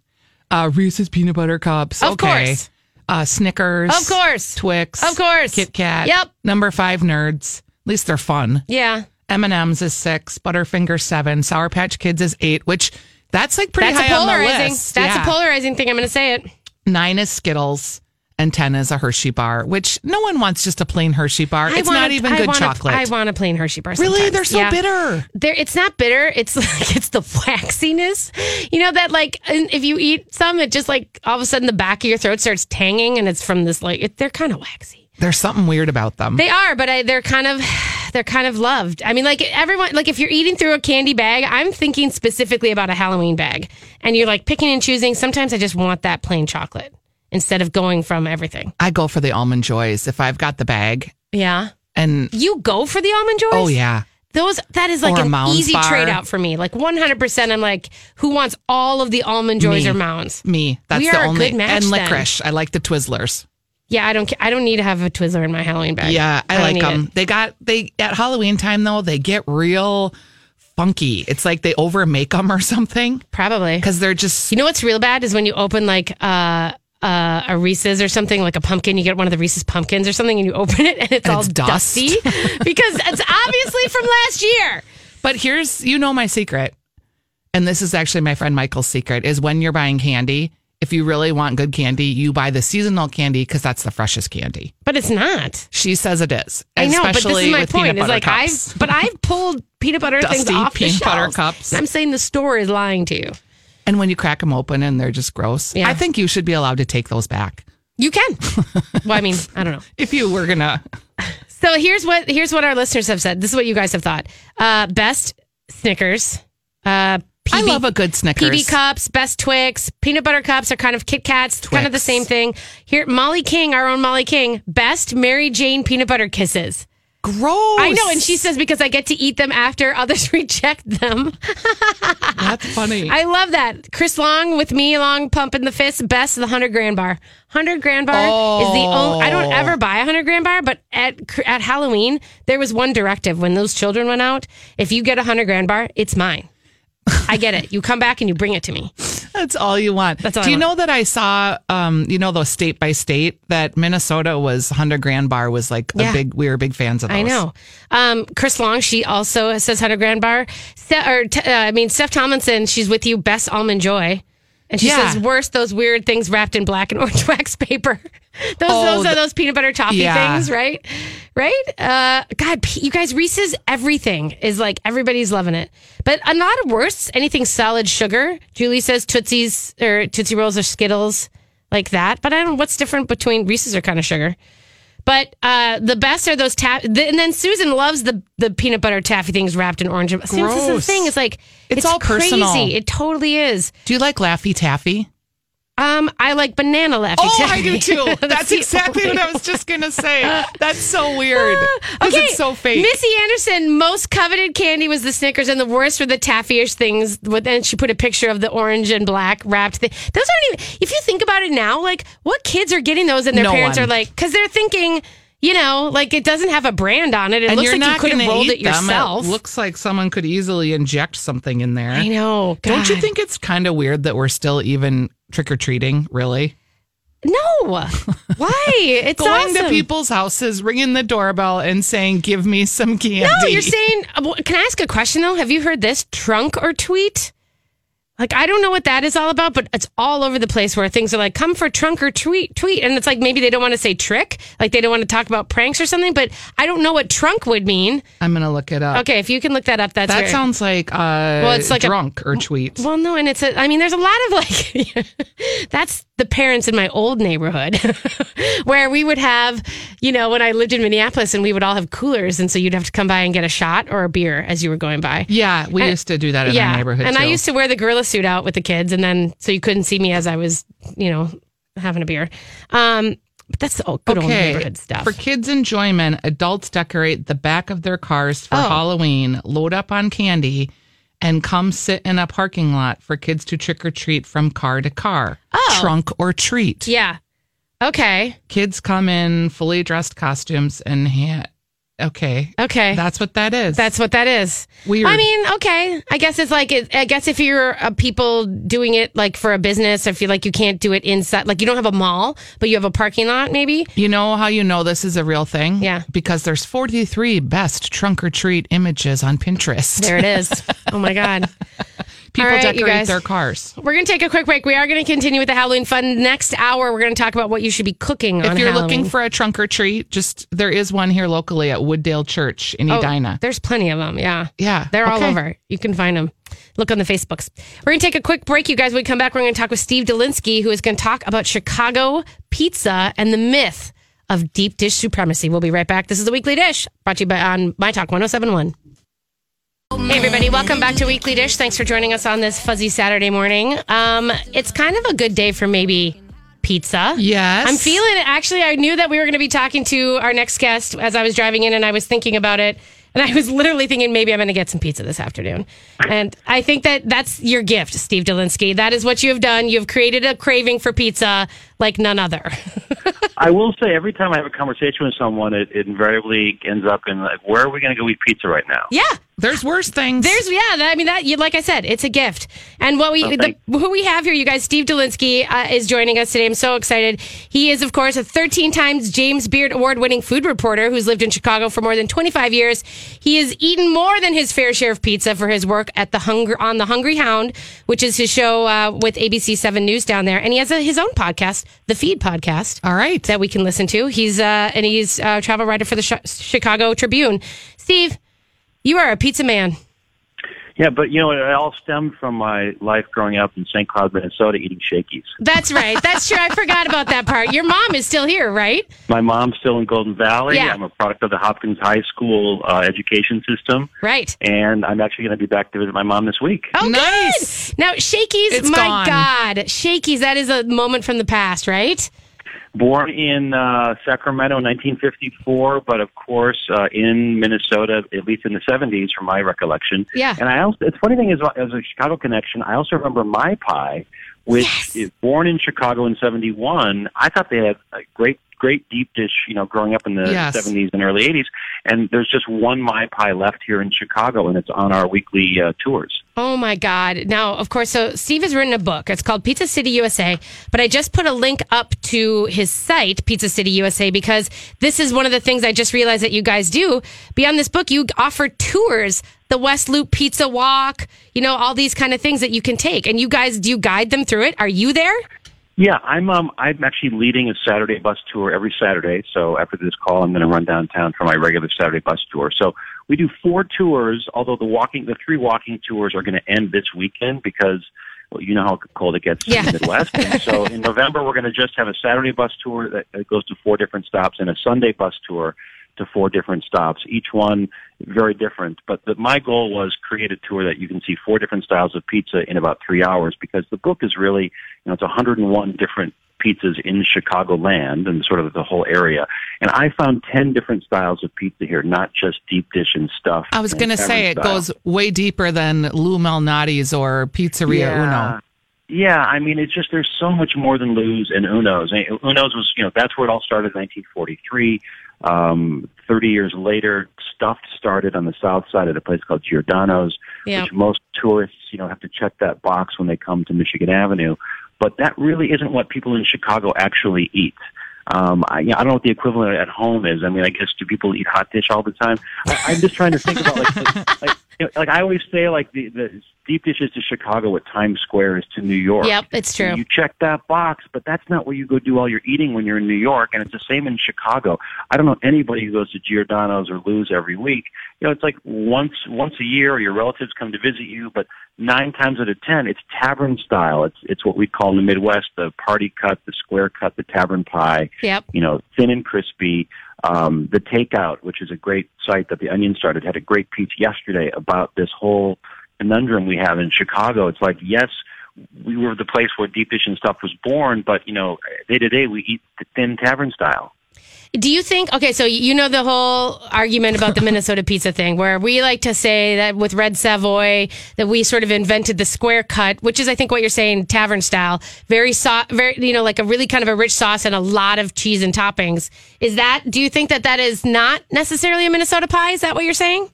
[SPEAKER 4] Uh, Reese's peanut butter cups.
[SPEAKER 3] Of
[SPEAKER 4] okay.
[SPEAKER 3] course.
[SPEAKER 4] Uh, Snickers.
[SPEAKER 3] Of course.
[SPEAKER 4] Twix.
[SPEAKER 3] Of course.
[SPEAKER 4] Kit Kat.
[SPEAKER 3] Yep.
[SPEAKER 4] Number five, Nerds. At least they're fun.
[SPEAKER 3] Yeah.
[SPEAKER 4] M&M's is six. Butterfinger, seven. Sour Patch Kids is eight, which that's like pretty
[SPEAKER 3] That's a
[SPEAKER 4] high on the
[SPEAKER 3] polarizing.
[SPEAKER 4] list.
[SPEAKER 3] That's
[SPEAKER 4] Yeah.
[SPEAKER 3] a polarizing thing. I'm going to say it.
[SPEAKER 4] Nine is Skittles. And 10 is a Hershey bar, which no one wants just a plain Hershey bar.
[SPEAKER 3] I
[SPEAKER 4] it's
[SPEAKER 3] want
[SPEAKER 4] not
[SPEAKER 3] a-
[SPEAKER 4] even
[SPEAKER 3] I
[SPEAKER 4] good
[SPEAKER 3] want a-
[SPEAKER 4] chocolate.
[SPEAKER 3] I want a plain Hershey bar.
[SPEAKER 4] really?
[SPEAKER 3] sometimes.
[SPEAKER 4] They're so
[SPEAKER 3] Yeah.
[SPEAKER 4] bitter.
[SPEAKER 3] There, it's not bitter. It's like it's the waxiness, you know that like and if you eat some, it just like all of a sudden the back of your throat starts tanging, and it's from this like it, they're kind of waxy.
[SPEAKER 4] There's something weird about them.
[SPEAKER 3] They are, but I, they're kind of they're kind of loved. I mean, like everyone, like if you're eating through a candy bag, I'm thinking specifically about a Halloween bag, and you're like picking and choosing. Sometimes I just want that plain chocolate instead of going from everything.
[SPEAKER 4] I go for the almond joys if I've got the bag
[SPEAKER 3] Yeah,
[SPEAKER 4] and
[SPEAKER 3] you go for the almond joys.
[SPEAKER 4] oh yeah.
[SPEAKER 3] those that is like
[SPEAKER 4] Or a
[SPEAKER 3] an
[SPEAKER 4] Mounds
[SPEAKER 3] easy
[SPEAKER 4] bar.
[SPEAKER 3] trade out for me. Like 100. percent I'm like, who wants all of the almond joys
[SPEAKER 4] Me.
[SPEAKER 3] or mounds?
[SPEAKER 4] Me. That's
[SPEAKER 3] We
[SPEAKER 4] the
[SPEAKER 3] are a
[SPEAKER 4] only
[SPEAKER 3] good match
[SPEAKER 4] and
[SPEAKER 3] then.
[SPEAKER 4] licorice. I like the Twizzlers.
[SPEAKER 3] Yeah, I don't. ca- I don't need to have a Twizzler in my Halloween bag.
[SPEAKER 4] Yeah, I,
[SPEAKER 3] don't
[SPEAKER 4] like
[SPEAKER 3] need it.
[SPEAKER 4] them. They got they at Halloween time though. They get real funky. It's like they overmake them or something
[SPEAKER 3] Probably.
[SPEAKER 4] because they're just
[SPEAKER 3] You know what's real bad is when you open like uh, uh, a Reese's or something, like a pumpkin. You get one of the Reese's pumpkins or something, and you open it, and it's all
[SPEAKER 4] it's dust.
[SPEAKER 3] dusty because it's obviously from last year.
[SPEAKER 4] But here's, you know, my secret, and this is actually my friend Michael's secret is when you're buying candy, if you really want good candy, you buy the seasonal candy because that's the freshest candy.
[SPEAKER 3] But it's not.
[SPEAKER 4] She says it is.
[SPEAKER 3] I know, but this
[SPEAKER 4] especially
[SPEAKER 3] is my
[SPEAKER 4] with peanut
[SPEAKER 3] point. It's
[SPEAKER 4] butter
[SPEAKER 3] like
[SPEAKER 4] cups.
[SPEAKER 3] I've, but I've pulled peanut butter things
[SPEAKER 4] Dusty
[SPEAKER 3] off the
[SPEAKER 4] peanut butter
[SPEAKER 3] shelves.
[SPEAKER 4] cups.
[SPEAKER 3] And I'm saying the store is lying to you.
[SPEAKER 4] And when you crack them open and they're just gross,
[SPEAKER 3] Yeah.
[SPEAKER 4] I think you should be allowed to take those back
[SPEAKER 3] You can. well, I mean, I don't know.
[SPEAKER 4] if you were gonna.
[SPEAKER 3] So here's what here's what our listeners have said. This is what you guys have thought. Uh, best Snickers. Uh, PB,
[SPEAKER 4] I love a good Snickers.
[SPEAKER 3] PB cups, best Twix, peanut butter cups are kind of Kit Kats, kind of the
[SPEAKER 4] Twix.
[SPEAKER 3] same thing. Here, Molly King, our own Molly King, best Mary Jane peanut butter kisses.
[SPEAKER 4] Gross.
[SPEAKER 3] I know, and she says because I get to eat them after others reject them.
[SPEAKER 4] that's funny.
[SPEAKER 3] I love that. Chris Long with me along pumping the fist, best of the hundred grand bar. Hundred grand bar is the only. I don't ever buy a hundred grand bar, but at at Halloween there was one directive when those children went out. If you get a hundred grand bar, it's mine. I get it. You come back and you bring it to me.
[SPEAKER 4] that's all you want.
[SPEAKER 3] That's all
[SPEAKER 4] Do
[SPEAKER 3] I
[SPEAKER 4] you
[SPEAKER 3] want.
[SPEAKER 4] know that I saw? Um, you know, those state by state that Minnesota was hundred grand bar was like a
[SPEAKER 3] Yeah.
[SPEAKER 4] big. We were big fans of. Those.
[SPEAKER 3] I know. Um, Chris Long, she also says hundred grand bar. Se- or t- uh, I mean, Steph Tomlinson, she's with you, best almond joy. And she
[SPEAKER 4] Yeah.
[SPEAKER 3] says, worse, those weird things wrapped in black and orange wax paper. those,
[SPEAKER 4] Oh,
[SPEAKER 3] those are
[SPEAKER 4] the-
[SPEAKER 3] those peanut butter toffee
[SPEAKER 4] Yeah.
[SPEAKER 3] things, right? Right? Uh, God, P- you guys, Reese's everything is like everybody's loving it. But a lot of worse, anything solid sugar. Julie says Tootsie's or Tootsie Rolls or Skittles, like that. But I don't know what's different between Reese's or kind of sugar. But uh, the best are those tap. The, and then Susan loves the the peanut butter taffy things wrapped in orange. See, this is the
[SPEAKER 4] Gross.
[SPEAKER 3] thing. It's like
[SPEAKER 4] It's all
[SPEAKER 3] crazy.
[SPEAKER 4] personal.
[SPEAKER 3] It totally is.
[SPEAKER 4] Do you like Laffy Taffy?
[SPEAKER 3] Um, I like banana laffy.
[SPEAKER 4] Oh,
[SPEAKER 3] Taffy.
[SPEAKER 4] I do too. That's
[SPEAKER 3] the
[SPEAKER 4] exactly what
[SPEAKER 3] only- Ah,
[SPEAKER 4] I was just gonna say. That's so weird because
[SPEAKER 3] Okay,
[SPEAKER 4] it's so fake.
[SPEAKER 3] Missy Anderson, most coveted candy was the Snickers, and the worst were the taffy-ish things. But then she put a picture of the orange and black wrapped thing. Those aren't even. If you think about it now, like what kids are getting those, and their
[SPEAKER 4] No
[SPEAKER 3] parents
[SPEAKER 4] one.
[SPEAKER 3] are like, because they're thinking, you know, like it doesn't have a brand on it. It
[SPEAKER 4] and
[SPEAKER 3] looks
[SPEAKER 4] you're
[SPEAKER 3] like you
[SPEAKER 4] not
[SPEAKER 3] could
[SPEAKER 4] going to
[SPEAKER 3] have rolled
[SPEAKER 4] eat
[SPEAKER 3] it
[SPEAKER 4] them.
[SPEAKER 3] yourself.
[SPEAKER 4] It looks like someone could easily inject something in there.
[SPEAKER 3] I know.
[SPEAKER 4] Don't you
[SPEAKER 3] God.
[SPEAKER 4] think it's kind of weird that we're still even trick or treating? Really?
[SPEAKER 3] No. Why? It's
[SPEAKER 4] Going
[SPEAKER 3] awesome.
[SPEAKER 4] to people's houses, ringing the doorbell, and saying, "Give me some candy."
[SPEAKER 3] No, you're saying. uh, well, Can I ask a question though? Have you heard this trunk or tweet? Like I don't know what that is all about, but it's all over the place where things are like, "Come for trunk or tweet, tweet," and it's like maybe they don't want to say trick, like they don't want to talk about pranks or something. But I don't know what trunk would mean.
[SPEAKER 4] I'm gonna look it up.
[SPEAKER 3] Okay, if you can look that up, that's
[SPEAKER 4] That
[SPEAKER 3] great.
[SPEAKER 4] sounds like uh, well,
[SPEAKER 3] it's like a-
[SPEAKER 4] drunk or tweet.
[SPEAKER 3] Well, no, and it's a, I mean, there's a lot of like, that's the parents in my old neighborhood where we would have, you know, when I lived in Minneapolis and we would all have coolers. And so you'd have to come by and get a shot or a beer as you were going by.
[SPEAKER 4] yeah, we used to do that in our neighborhood.
[SPEAKER 3] And I
[SPEAKER 4] too.
[SPEAKER 3] used to wear the gorilla suit out with the kids, and then so you couldn't see me as I was, you know, having a beer. Um, but that's all good old neighborhood stuff.
[SPEAKER 4] For kids' enjoyment, adults decorate the back of their cars
[SPEAKER 3] Oh.
[SPEAKER 4] for Halloween, load up on candy, and come sit in a parking lot for kids to trick or treat from car to car,
[SPEAKER 3] Oh.
[SPEAKER 4] trunk or treat.
[SPEAKER 3] yeah. Okay.
[SPEAKER 4] Kids come in fully dressed costumes and hand. Okay.
[SPEAKER 3] Okay.
[SPEAKER 4] That's what that is.
[SPEAKER 3] That's what that is.
[SPEAKER 4] Weird.
[SPEAKER 3] I mean, okay. I guess it's like, it, I guess if you're a people doing it like for a business, I feel like you can't do it inside. Like you don't have a mall, but you have a parking lot, maybe.
[SPEAKER 4] You know how you know this is a real thing?
[SPEAKER 3] Yeah.
[SPEAKER 4] Because there's 43 best trunk or treat images on Pinterest.
[SPEAKER 3] There it is. oh my God.
[SPEAKER 4] People
[SPEAKER 3] right, you
[SPEAKER 4] decorate
[SPEAKER 3] guys.
[SPEAKER 4] their cars.
[SPEAKER 3] We're going to take a quick break. We are going to continue with the Halloween fun next hour. We're going to talk about what you should be cooking on
[SPEAKER 4] If you're
[SPEAKER 3] Halloween.
[SPEAKER 4] looking for a trunk or treat, just there is one here locally at Wooddale Church in
[SPEAKER 3] Oh,
[SPEAKER 4] Edina.
[SPEAKER 3] There's plenty of them. Yeah.
[SPEAKER 4] Yeah,
[SPEAKER 3] They're all
[SPEAKER 4] okay.
[SPEAKER 3] over. You can find them. Look on the Facebooks. We're going to take a quick break, you guys. When we come back, we're going to talk with Steve Delinsky, who is going to talk about Chicago pizza and the myth of deep dish supremacy. We'll be right back. This is the Weekly Dish brought to you by on My Talk 1071. Hey, everybody. Welcome back to Weekly Dish. Thanks for joining us on this fuzzy Saturday morning. Um, it's kind of a good day for maybe pizza.
[SPEAKER 4] Yes.
[SPEAKER 3] I'm feeling it. Actually, I knew that we were going to be talking to our next guest as I was driving in, and I was thinking about it. And I was literally thinking maybe I'm going to get some pizza this afternoon. And I think that that's your gift, Steve Delinsky. That is what you have done. You have created a craving for pizza like none other.
[SPEAKER 1] I will say every time I have a conversation with someone, it, it invariably ends up in like, where are we going to go eat pizza right now?
[SPEAKER 3] yeah.
[SPEAKER 4] There's worse things.
[SPEAKER 3] There's yeah, that, I mean that. You, like I said, it's a gift. And what we the,
[SPEAKER 1] thank
[SPEAKER 3] who we have here, you guys, Steve Delinsky uh, is joining us today. I'm so excited. He is, of course, a 13 times James Beard award-winning food reporter who's lived in Chicago for more than 25 years. He has eaten more than his fair share of pizza for his work at the hunger on the Hungry Hound, which is his show uh, with ABC Seven News down there, and he has a, his own podcast, the Feed Podcast uh,
[SPEAKER 4] all right.
[SPEAKER 3] that we can listen to. He's uh, and he's a travel writer for the Chi- Chicago Tribune. Steve, you are a pizza man.
[SPEAKER 1] Yeah, but you know, it all stemmed from my life growing up in St. Cloud, Minnesota, eating shakies.
[SPEAKER 3] That's right. That's true. I forgot about that part. Your mom is still here, right?
[SPEAKER 1] My mom's still in Golden Valley.
[SPEAKER 3] Yeah.
[SPEAKER 1] I'm a product of the Hopkins High School uh, education system,
[SPEAKER 3] Right.
[SPEAKER 1] and I'm actually going to be back to visit my mom this week.
[SPEAKER 3] Oh,
[SPEAKER 4] Nice.
[SPEAKER 3] good. Now, Shakey's,
[SPEAKER 4] It's
[SPEAKER 3] my
[SPEAKER 4] gone.
[SPEAKER 3] God. Shakey's, that is a moment from the past, right?
[SPEAKER 1] Born in uh, Sacramento in 1954, but of course uh, in Minnesota, at least in the 70s, from my recollection.
[SPEAKER 3] Yeah.
[SPEAKER 1] And I also, it's funny thing is, uh, as a Chicago connection, I also remember My Pie, which is born in Chicago in 71. I thought they had a great, great deep dish, you know, growing up in the
[SPEAKER 4] Yes.
[SPEAKER 1] 70s and early 80s. And there's just one My Pie left here in Chicago, and it's on our weekly uh, tours.
[SPEAKER 3] Oh my God. Now, of course, so Steve has written a book. It's called Pizza City USA, but I just put a link up to his site, Pizza City USA, because this is one of the things I just realized that you guys do. Beyond this book, you offer tours, the West Loop Pizza Walk, you know, all these kind of things that you can take. And you guys, do you guide them through it? Are you there?
[SPEAKER 1] Yeah, I'm um I'm actually leading a Saturday bus tour every Saturday. So after this call, I'm going to run downtown for my regular Saturday bus tour. So we do four tours, although the walking the three walking tours are going to end this weekend because well, you know how cold it gets
[SPEAKER 3] Yeah.
[SPEAKER 1] in the Midwest. And so in November, we're going to just have a Saturday bus tour that that goes to four different stops and a Sunday bus tour to four different stops. Each one very different. But the, my goal was create a tour that you can see four different styles of pizza in about three hours because the book is really, you know, it's 101 different pizzas in Chicagoland and sort of the whole area. And I found 10 different styles of pizza here, not just deep dish and stuff.
[SPEAKER 4] I was
[SPEAKER 1] and
[SPEAKER 4] going to
[SPEAKER 1] tavern
[SPEAKER 4] say it
[SPEAKER 1] style.
[SPEAKER 4] goes way deeper than Lou Malnati's or Pizzeria Uno.
[SPEAKER 1] Yeah, I mean, it's just there's so much more than Lou's and Uno's. And Uno's was, you know, that's where it all started in 1943. Um, 30 years later, Stuffed started on the south side at a place called Giordano's,
[SPEAKER 3] Yeah.
[SPEAKER 1] which most tourists, you know, have to check that box when they come to Michigan Avenue. but that really isn't what people in Chicago actually eat. Um, I, you know, I don't know what the equivalent at home is. I mean, I guess do people eat hot dish all the time? I, I'm just trying to think about like, like, like, you know, like I always say, like the, the deep dish is to Chicago what Times Square is to New York.
[SPEAKER 3] Yep, it's true.
[SPEAKER 1] You check that box, but that's not where you go do all your eating when you're in New York, and it's the same in Chicago. I don't know anybody who goes to Giordano's or Lou's every week. You know, it's like once once a year your relatives come to visit you, but nine times out of ten it's tavern style. It's it's what we call in the Midwest the party cut, the square cut, the tavern pie.
[SPEAKER 3] Yep.
[SPEAKER 1] You know, thin and crispy. Um, the Takeout, which is a great site that the Onion started, had a great piece yesterday about this whole conundrum we have in Chicago. It's like, yes, we were the place where deep dish and stuff was born, but you know, day to day we eat the thin tavern style.
[SPEAKER 3] Do you think okay, so you know the whole argument about the Minnesota pizza thing where we like to say that with Red Savoy that we sort of invented the square cut, which is I think what you're saying tavern style, very so, very you know like a really kind of a rich sauce and a lot of cheese and toppings. Is that do you think that that is not necessarily a Minnesota pie? Is that what you're saying?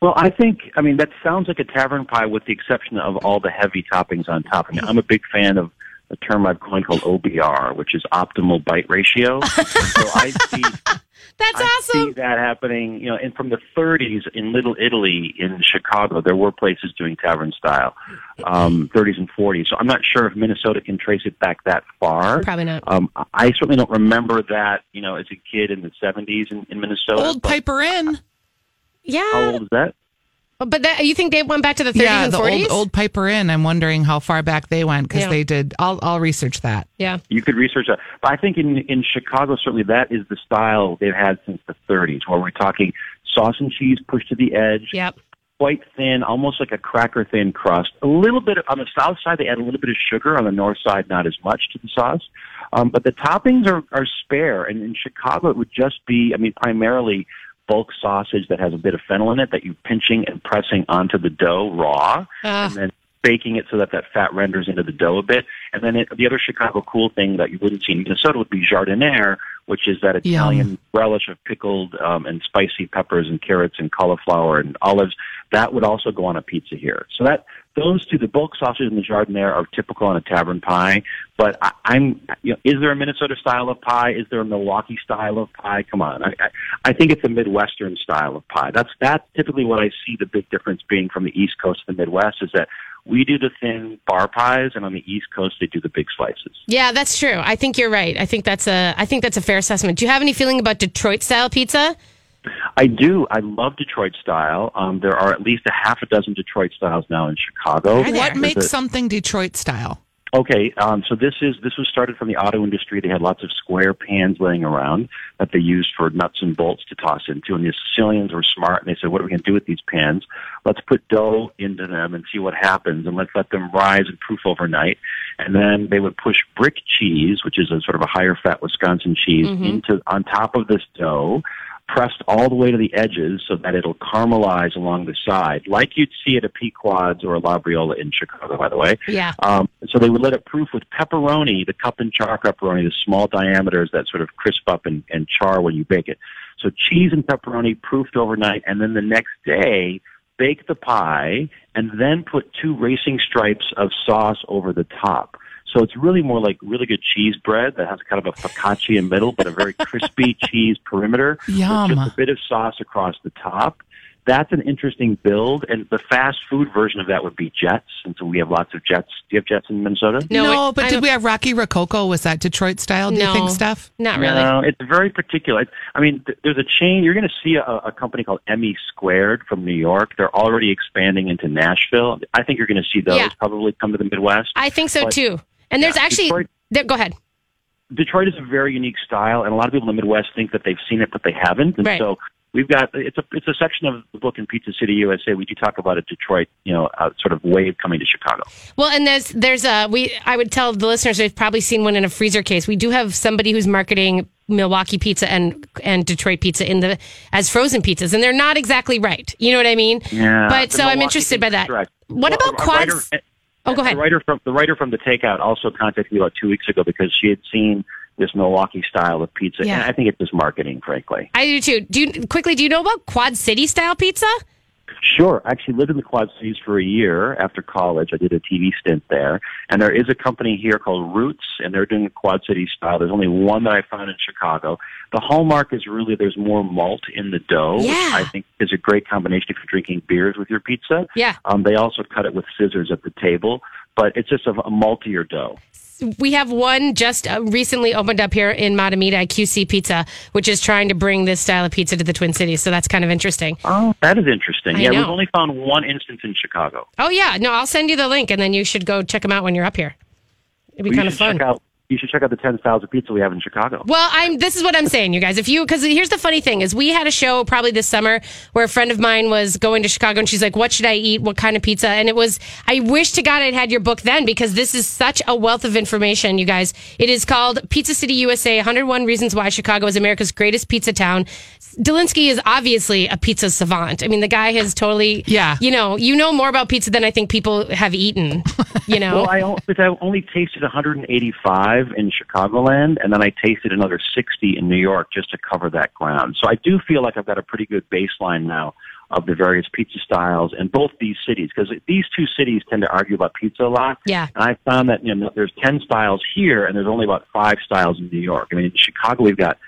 [SPEAKER 1] Well, I think I mean that sounds like a tavern pie, with the exception of all the heavy toppings on top. I mean, I'm a big fan of a term I've coined called OBR, which is optimal bite ratio. so I see
[SPEAKER 3] That's
[SPEAKER 1] I see
[SPEAKER 3] awesome.
[SPEAKER 1] that happening. You know, and from the 30s in Little Italy in Chicago, there were places doing tavern style, um, 30s and 40s. So I'm not sure if Minnesota can trace it back that far.
[SPEAKER 3] Probably not.
[SPEAKER 1] Um, I- I certainly don't remember that. You know, as a kid in the 70s in, in Minnesota.
[SPEAKER 4] Old
[SPEAKER 1] but
[SPEAKER 4] Piper Inn.
[SPEAKER 1] How
[SPEAKER 3] Yeah.
[SPEAKER 1] old is that?
[SPEAKER 3] But that, you think they went back to the 30s
[SPEAKER 4] Yeah,
[SPEAKER 3] and
[SPEAKER 4] the
[SPEAKER 3] 40s?
[SPEAKER 4] old Old Piper Inn. I'm wondering how far back they went because
[SPEAKER 3] Yeah.
[SPEAKER 4] they did. I'll I'll research that.
[SPEAKER 3] yeah.
[SPEAKER 1] You could research that. But I think in, in Chicago, certainly that is the style they've had since the 30s, where we're talking sauce and cheese pushed to the edge,
[SPEAKER 3] Yep.
[SPEAKER 1] quite thin, almost like a cracker thin crust. A little bit on the south side, they add a little bit of sugar. On the north side, not as much to the sauce. Um, but the toppings are, are spare. And in Chicago, it would just be, I mean, primarily bulk sausage that has a bit of fennel in it that you're pinching and pressing onto the dough raw
[SPEAKER 3] Uh,
[SPEAKER 1] and then baking it so that that fat renders into the dough a bit. And then it, the other Chicago cool thing that you wouldn't see in Minnesota would be jardiniere, which is that Italian relish of pickled um, and spicy peppers and carrots and cauliflower and olives. That would also go on a pizza here. So that those two, the bulk sausage and the jardiniere, are typical on a tavern pie. But I, I'm, you know, is there a Minnesota style of pie? Is there a Milwaukee style of pie? Come on, I, I, I think it's a Midwestern style of pie. That's that's typically what I see the big difference being from the East Coast to the Midwest is that we do the thin bar pies, and on the East Coast they do the big slices.
[SPEAKER 3] yeah, that's true. I think you're right. I think that's a I think that's a fair assessment. Do you have any feeling about Detroit style pizza?
[SPEAKER 1] I do. I love Detroit style. Um, there are at least a half a dozen Detroit styles now in Chicago.
[SPEAKER 4] What
[SPEAKER 1] There's
[SPEAKER 4] makes
[SPEAKER 1] a-
[SPEAKER 4] something Detroit style?
[SPEAKER 1] Okay, um, so this is this was started from the auto industry. They had lots of square pans laying around that they used for nuts and bolts to toss into, and the Sicilians were smart and they said, "What are we going to do with these pans? Let's put dough into them and see what happens, and let's let them rise and proof overnight." And then they would push brick cheese, which is a sort of a higher fat Wisconsin cheese, into on top of this dough. Pressed all the way to the edges so that it'll caramelize along the side, like you'd see at a Pequod's or a Labriola in Chicago, by the way.
[SPEAKER 3] Yeah.
[SPEAKER 1] Um, so they would let it proof with pepperoni, the cup and char pepperoni, the small diameters that sort of crisp up and, and char when you bake it. So cheese and pepperoni proofed overnight, and then the next day bake the pie, and then put two racing stripes of sauce over the top. So it's really more like really good cheese bread that has kind of a focaccia in middle, but a very crispy cheese perimeter
[SPEAKER 4] Yum.
[SPEAKER 1] with just a bit of sauce across the top. That's an interesting build, and the fast food version of that would be Jets, and so we have lots of Jets. Do you have Jets in Minnesota?
[SPEAKER 3] No, it-
[SPEAKER 4] but
[SPEAKER 3] I
[SPEAKER 4] did
[SPEAKER 3] don't-
[SPEAKER 4] we have Rocky Rococo? Was that Detroit style? Do
[SPEAKER 3] No.
[SPEAKER 4] you think, Steph?
[SPEAKER 3] Not really.
[SPEAKER 1] No, it's very particular. It's- I mean, th- there's a chain. You're going to see a, a company called Emmy Squared from New York. They're already expanding into Nashville. I think you're going to see those
[SPEAKER 3] Yeah.
[SPEAKER 1] probably come to the Midwest.
[SPEAKER 3] I think so
[SPEAKER 1] But-
[SPEAKER 3] too. And there's
[SPEAKER 1] Yeah,
[SPEAKER 3] actually
[SPEAKER 1] Detroit-
[SPEAKER 3] there, go ahead.
[SPEAKER 1] Detroit is a very unique style, and a lot of people in the Midwest think that they've seen it, but they haven't. And
[SPEAKER 3] Right.
[SPEAKER 1] so we've got it's a it's a section of the book in Pizza City USA. We do talk about a Detroit, you know, uh, sort of wave coming to Chicago.
[SPEAKER 3] Well, and there's there's a we I would tell the listeners they've probably seen one in a freezer case. We do have somebody who's marketing Milwaukee pizza and and Detroit pizza in the as frozen pizzas, and they're not exactly right. You know what I mean?
[SPEAKER 1] Yeah,
[SPEAKER 3] But
[SPEAKER 1] the
[SPEAKER 3] so I'm
[SPEAKER 1] Milwaukee
[SPEAKER 3] interested by
[SPEAKER 1] thing's
[SPEAKER 3] that.
[SPEAKER 1] correct.
[SPEAKER 3] What
[SPEAKER 1] Well,
[SPEAKER 3] about
[SPEAKER 1] a- a
[SPEAKER 3] quads?
[SPEAKER 1] writer-
[SPEAKER 3] oh, go
[SPEAKER 1] The
[SPEAKER 3] ahead.
[SPEAKER 1] writer from the writer from the Takeout also contacted me about two weeks ago because she had seen this Milwaukee style of pizza,
[SPEAKER 3] Yeah.
[SPEAKER 1] and I think it's just marketing, frankly.
[SPEAKER 3] I do too. Do you quickly? Do you know about Quad City style pizza?
[SPEAKER 1] Sure. I actually lived in the Quad Cities for a year after college. I did a TV stint there. And there is a company here called Roots, and they're doing a Quad City style. There's only one that I found in Chicago. The hallmark is really there's more malt in the dough,
[SPEAKER 3] Yeah.
[SPEAKER 1] which I think is a great combination if you're drinking beers with your pizza.
[SPEAKER 3] Yeah.
[SPEAKER 1] Um, they also cut it with scissors at the table, but it's just a, a maltier dough.
[SPEAKER 3] we have one just uh, recently opened up here in Matamita, QC Pizza, which is trying to bring this style of pizza to the Twin Cities. So that's kind of interesting.
[SPEAKER 1] Oh, that is interesting.
[SPEAKER 3] I
[SPEAKER 1] yeah, we've
[SPEAKER 3] know.
[SPEAKER 1] only found one instance in Chicago.
[SPEAKER 3] Oh yeah, no, I'll send you the link, and then you should go check them out when you're up here. It'd be
[SPEAKER 1] Well,
[SPEAKER 3] kind
[SPEAKER 1] you
[SPEAKER 3] of
[SPEAKER 1] should
[SPEAKER 3] fun.
[SPEAKER 1] Check out, you should check out the 10 styles of pizza we have in Chicago.
[SPEAKER 3] Well, I'm. This is what I'm saying, you guys. If you, because here's the funny thing is, we had a show probably this summer where a friend of mine was going to Chicago, and she's like, "What should I eat? What kind of pizza?" And it was. I wish to God I'd had your book then, because this is such a wealth of information, you guys. It is called Pizza City USA: 101 Reasons Why Chicago is America's Greatest Pizza Town. Delinsky is obviously a pizza savant. I mean, the guy has totally.
[SPEAKER 4] Yeah.
[SPEAKER 3] You know, you know more about pizza than I think people have eaten. You know.
[SPEAKER 1] Well, I, on- but I only tasted 185 in Chicagoland, and then I tasted another 60 in New York just to cover that ground. So I do feel like I've got a pretty good baseline now of the various pizza styles in both these cities because these two cities tend to argue about pizza a lot.
[SPEAKER 3] Yeah.
[SPEAKER 1] And I found that you know there's 10 styles here, and there's only about five styles in New York. I mean, in Chicago we've got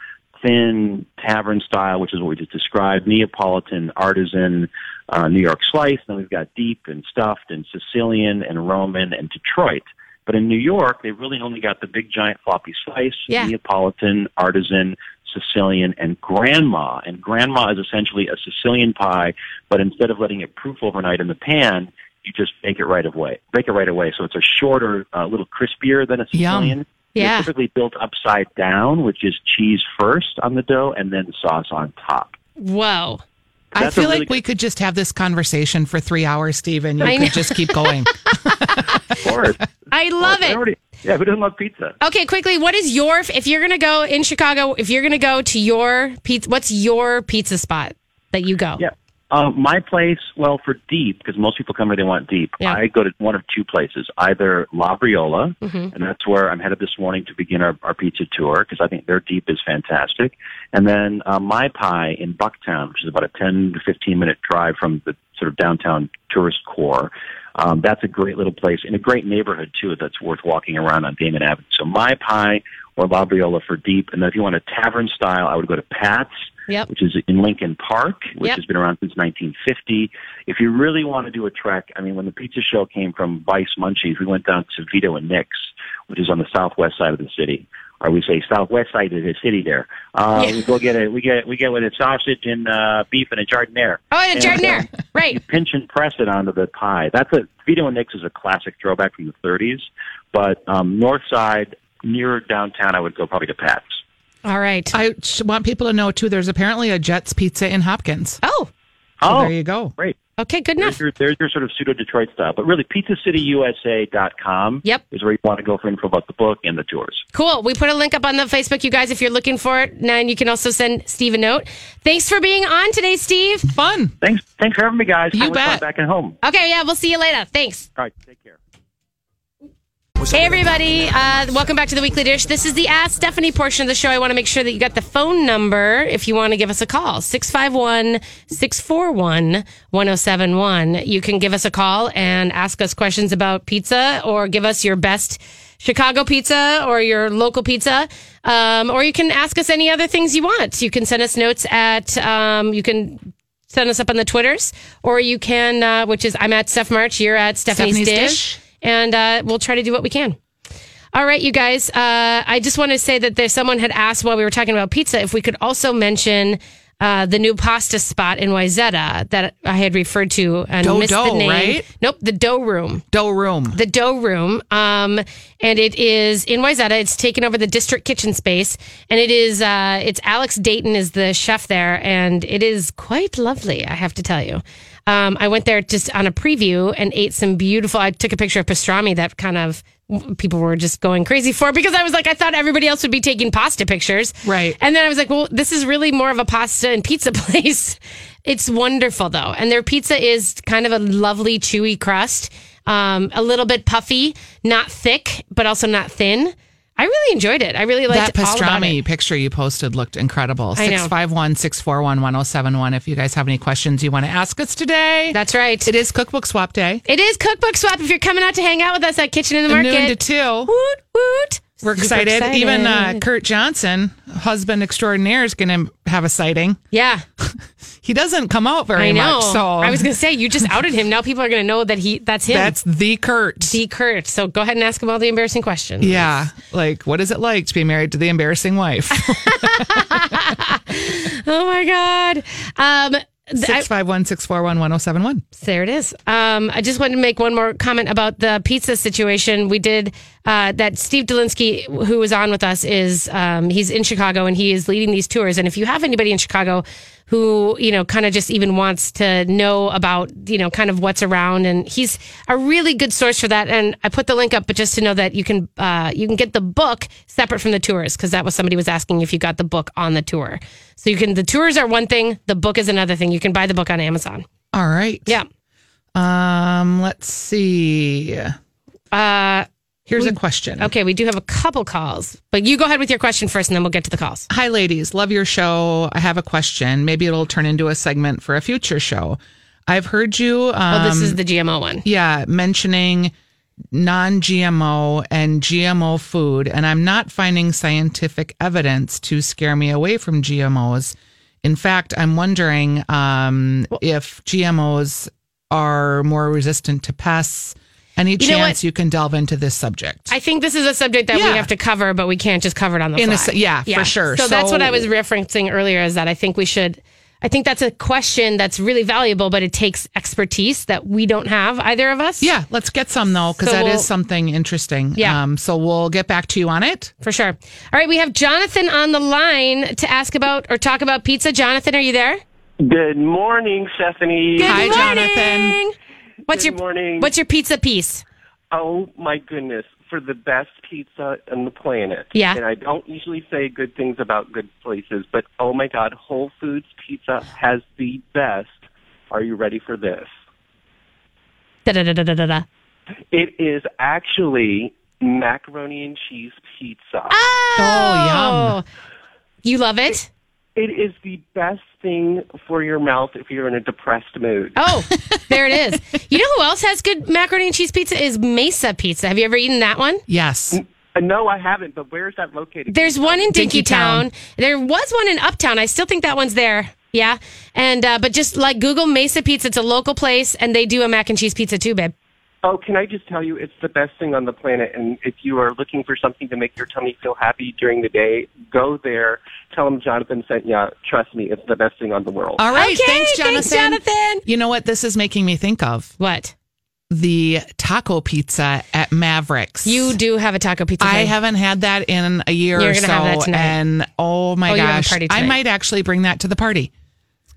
[SPEAKER 1] thin tavern style, which is what we just described, Neapolitan, artisan, uh, New York slice. Then we've got deep and stuffed and Sicilian and Roman and Detroit. But in New York, they really only got the big giant floppy slice,
[SPEAKER 3] Yeah.
[SPEAKER 1] Neapolitan, artisan, Sicilian, and grandma. And grandma is essentially a Sicilian pie, but instead of letting it proof overnight in the pan, you just bake it right away. Bake it right away. So it's a shorter, a little crispier than a
[SPEAKER 4] Yum.
[SPEAKER 1] Sicilian. They're
[SPEAKER 3] Yeah.
[SPEAKER 1] typically built upside down, which is cheese first on the dough and then sauce on top.
[SPEAKER 3] Whoa.
[SPEAKER 4] I
[SPEAKER 1] That's a
[SPEAKER 4] feel
[SPEAKER 1] really
[SPEAKER 4] like we could just have this conversation for three hours, Stephen. You
[SPEAKER 3] I
[SPEAKER 4] could
[SPEAKER 3] know.
[SPEAKER 4] just keep going.
[SPEAKER 1] Of course.
[SPEAKER 3] I love it.
[SPEAKER 1] Already, yeah, who doesn't love pizza?
[SPEAKER 3] Okay, quickly, what is your if you're gonna go in Chicago? If you're gonna go to your pizza, what's your pizza spot that you go?
[SPEAKER 1] Yeah. Uh, my place, well, for deep, because most people come here, they want deep.
[SPEAKER 3] Yeah.
[SPEAKER 1] I go to one of two places, either Labriola, and that's where I'm headed this morning to begin our, our pizza tour, because I think their deep is fantastic. And then uh, My Pie in Bucktown, which is about a 10 to 15 minute drive from the sort of downtown tourist core. Um, that's a great little place in a great neighborhood, too, that's worth walking around on Damon Avenue. So My Pie or Labriola for deep. And then if you want a tavern style, I would go to Pat's
[SPEAKER 3] Yep.
[SPEAKER 1] which is in Lincoln Park, which
[SPEAKER 3] Yep.
[SPEAKER 1] has been around since 1950. If you really want to do a trek, I mean, when the pizza show came from Vice Munchies, we went down to Vito and Nick's, which is on the southwest side of the city, or we say southwest side of the city. There, uh,
[SPEAKER 3] Yeah.
[SPEAKER 1] we go get a we get we get with a sausage and uh, beef and a jardiniere.
[SPEAKER 3] Oh, and a
[SPEAKER 1] And,
[SPEAKER 3] jardiniere. Right.
[SPEAKER 1] Pinch and press it onto the pie. That's a Vito and Nick's is a classic throwback from the 30s, but um, north side nearer downtown, I would go probably to Pat's.
[SPEAKER 3] All right.
[SPEAKER 4] I sh- want people to know, too, there's apparently a Jets pizza in Hopkins.
[SPEAKER 3] Oh,
[SPEAKER 1] oh,
[SPEAKER 4] there you go.
[SPEAKER 1] great.
[SPEAKER 3] okay, good
[SPEAKER 1] There's
[SPEAKER 3] enough.
[SPEAKER 1] your, there's your sort of pseudo Detroit style, but really pizzacityusa.com
[SPEAKER 3] Yep.
[SPEAKER 1] is where you want to go for info about the book and the tours.
[SPEAKER 3] Cool. We put a link up on the Facebook, you guys, if you're looking for it. And you can also send Steve a note. Thanks for being on today, Steve.
[SPEAKER 4] Fun.
[SPEAKER 1] Thanks, thanks for having me, guys.
[SPEAKER 4] You
[SPEAKER 1] Always fun
[SPEAKER 4] bet.
[SPEAKER 1] Back at home.
[SPEAKER 3] Okay, yeah, we'll see you later. Thanks.
[SPEAKER 1] All right, take care.
[SPEAKER 3] Hey, everybody. Uh, welcome back to the Weekly Dish. This is the Ask Stephanie portion of the show. I want to make sure that you got the phone number if you want to give us a call 651 641 1071. You can give us a call and ask us questions about pizza or give us your best Chicago pizza or your local pizza. Um, or you can ask us any other things you want. You can send us notes at, um, you can. Send us up on the Twitters, or you can, uh, which is I'm at Steph March, you're at Stephanie's,
[SPEAKER 4] Stephanie's
[SPEAKER 3] Dish
[SPEAKER 4] Dish.
[SPEAKER 3] and uh, we'll try to do what we can. All right, you guys. Uh, I just want to say that there's someone had asked while we were talking about pizza if we could also mention uh, the new pasta spot in Wyzetta that I had referred to and
[SPEAKER 4] Dough
[SPEAKER 3] missed the
[SPEAKER 4] Dough,
[SPEAKER 3] name.
[SPEAKER 4] right?
[SPEAKER 3] Nope, the Dough Room
[SPEAKER 4] Dough room.
[SPEAKER 3] the dough room. Um, and it is in Wayzata. It's taken over the district kitchen space, and it is uh, it's Alex Dayton is the chef there, and it is quite lovely. I have to tell you. Um, I went there just on a preview and ate some beautiful. I took a picture of pastrami that kind of people were just going crazy for because I was like, I thought everybody else would be taking pasta pictures,
[SPEAKER 4] Right.
[SPEAKER 3] And then I was like, well, this is really more of a pasta and pizza place. It's wonderful though. And their pizza is kind of a lovely, chewy crust, um, a little bit puffy, not thick, but also not thin. I really enjoyed it. I really liked
[SPEAKER 4] that
[SPEAKER 3] all about it.
[SPEAKER 4] pastrami picture you posted looked incredible.
[SPEAKER 3] I know.
[SPEAKER 4] 651 641 1071. If you guys have any questions you want to ask us today,
[SPEAKER 3] That's right.
[SPEAKER 4] it is Cookbook Swap Day.
[SPEAKER 3] It is cookbook swap. If you're coming out to hang out with us at Kitchen in the Market,
[SPEAKER 4] Noon to 2.
[SPEAKER 3] woot woot.
[SPEAKER 4] We're
[SPEAKER 3] Super
[SPEAKER 4] excited. Even uh,
[SPEAKER 3] excited.
[SPEAKER 4] Kurt Johnson, husband extraordinaire, is going to have a sighting.
[SPEAKER 3] yeah,
[SPEAKER 4] He doesn't come out very
[SPEAKER 3] I know.
[SPEAKER 4] much. So
[SPEAKER 3] I was gonna say you just outed him. Now people are gonna know that he that's him.
[SPEAKER 4] that's the Kurt.
[SPEAKER 3] D. Kurt. So go ahead and ask him all the embarrassing questions.
[SPEAKER 4] yeah. Like, what is it like to be married to the embarrassing wife?
[SPEAKER 3] Oh my God. Um, th- I-
[SPEAKER 4] 651 641 1071.
[SPEAKER 3] There it is. Um, I just wanted to make one more comment about the pizza situation. We did uh, that. Steve Delinsky, who was on with us, is um, he's in Chicago and he is leading these tours. And if you have anybody in Chicago who you know kind of just even wants to know about you know kind of what's around, and he's a really good source for that. And I put the link up, but just to know that you can uh, you can get the book separate from the tours because that was somebody was asking if you got the book on the tour. So you can the tours are one thing, the book is another thing. You can buy the book on Amazon.
[SPEAKER 4] All right.
[SPEAKER 3] Yeah.
[SPEAKER 4] Um, let's see.
[SPEAKER 3] Uh,
[SPEAKER 4] Here's a question.
[SPEAKER 3] okay, we do have a couple calls, but you go ahead with your question first, and then we'll get to the calls.
[SPEAKER 4] Hi, ladies. Love your show. I have a question. Maybe it'll turn into a segment for a future show. I've heard you, um,
[SPEAKER 3] oh, this is the GMO one.
[SPEAKER 4] yeah, mentioning non GMO and GMO food, and I'm not finding scientific evidence to scare me away from GMOs. In fact, I'm wondering um, if GMOs are more resistant to pests. Any
[SPEAKER 3] know what?
[SPEAKER 4] chance you can delve into this subject?
[SPEAKER 3] I think this is a subject that
[SPEAKER 4] Yeah.
[SPEAKER 3] we have to cover, but we can't just cover it on the
[SPEAKER 4] In a
[SPEAKER 3] fly.
[SPEAKER 4] se- yeah, for sure.
[SPEAKER 3] So, that's what
[SPEAKER 4] So-
[SPEAKER 3] I was referencing earlier. Is that I think we should. I think that's a question that's really valuable, but it takes expertise that we don't have either of us.
[SPEAKER 4] Yeah, let's get some though, because
[SPEAKER 3] So
[SPEAKER 4] that is
[SPEAKER 3] we'll-
[SPEAKER 4] something interesting.
[SPEAKER 3] Yeah.
[SPEAKER 4] Um, so we'll get back to you on it.
[SPEAKER 3] for sure. All right, we have Jonathan on the line to ask about or talk about pizza. Jonathan, are you there?
[SPEAKER 2] Good morning, Stephanie.
[SPEAKER 4] Hi,
[SPEAKER 3] Good
[SPEAKER 4] Jonathan.
[SPEAKER 3] What's
[SPEAKER 2] Good
[SPEAKER 3] your
[SPEAKER 2] morning.
[SPEAKER 3] What's your pizza piece?
[SPEAKER 2] Oh my goodness, for the best pizza on the planet.
[SPEAKER 3] Yeah.
[SPEAKER 2] And I don't usually say good things about good places, but oh my God, Whole Foods Pizza has the best. Are you ready for this?
[SPEAKER 3] Da da da da da da. da.
[SPEAKER 2] It is actually macaroni and cheese pizza.
[SPEAKER 3] Ah. yum.
[SPEAKER 4] Oh,
[SPEAKER 3] You love it?
[SPEAKER 2] It is the best thing for your mouth if you're in a depressed mood.
[SPEAKER 3] Oh, there it is. You know who else has good macaroni and cheese pizza? Is Mesa Pizza. Have you ever eaten that one?
[SPEAKER 4] Yes.
[SPEAKER 2] Uh, No, I haven't, but where is that located?
[SPEAKER 3] There's one in
[SPEAKER 4] Dinky
[SPEAKER 3] Dinkytown. There was one in Uptown. I still think that one's there. Yeah. And, uh, but just like Google Mesa Pizza, it's a local place and they do a mac and cheese pizza too, babe.
[SPEAKER 2] Oh, can I just tell you, it's the best thing on the planet. And if you are looking for something to make your tummy feel happy during the day, go there. Tell them Jonathan sent you. Trust me, it's the best thing on the world.
[SPEAKER 4] All right.
[SPEAKER 3] Okay,
[SPEAKER 4] thanks, Jonathan.
[SPEAKER 3] thanks, Jonathan.
[SPEAKER 4] You know what this is making me think of?
[SPEAKER 3] What?
[SPEAKER 4] The taco pizza at Mavericks.
[SPEAKER 3] You do have a taco pizza.
[SPEAKER 4] I
[SPEAKER 3] thing.
[SPEAKER 4] haven't had that in a year
[SPEAKER 3] You're
[SPEAKER 4] or
[SPEAKER 3] gonna
[SPEAKER 4] so,
[SPEAKER 3] have that tonight.
[SPEAKER 4] and oh my
[SPEAKER 3] Oh, you have a
[SPEAKER 4] gosh,
[SPEAKER 3] party
[SPEAKER 4] I
[SPEAKER 3] tonight.
[SPEAKER 4] might actually bring that to the party.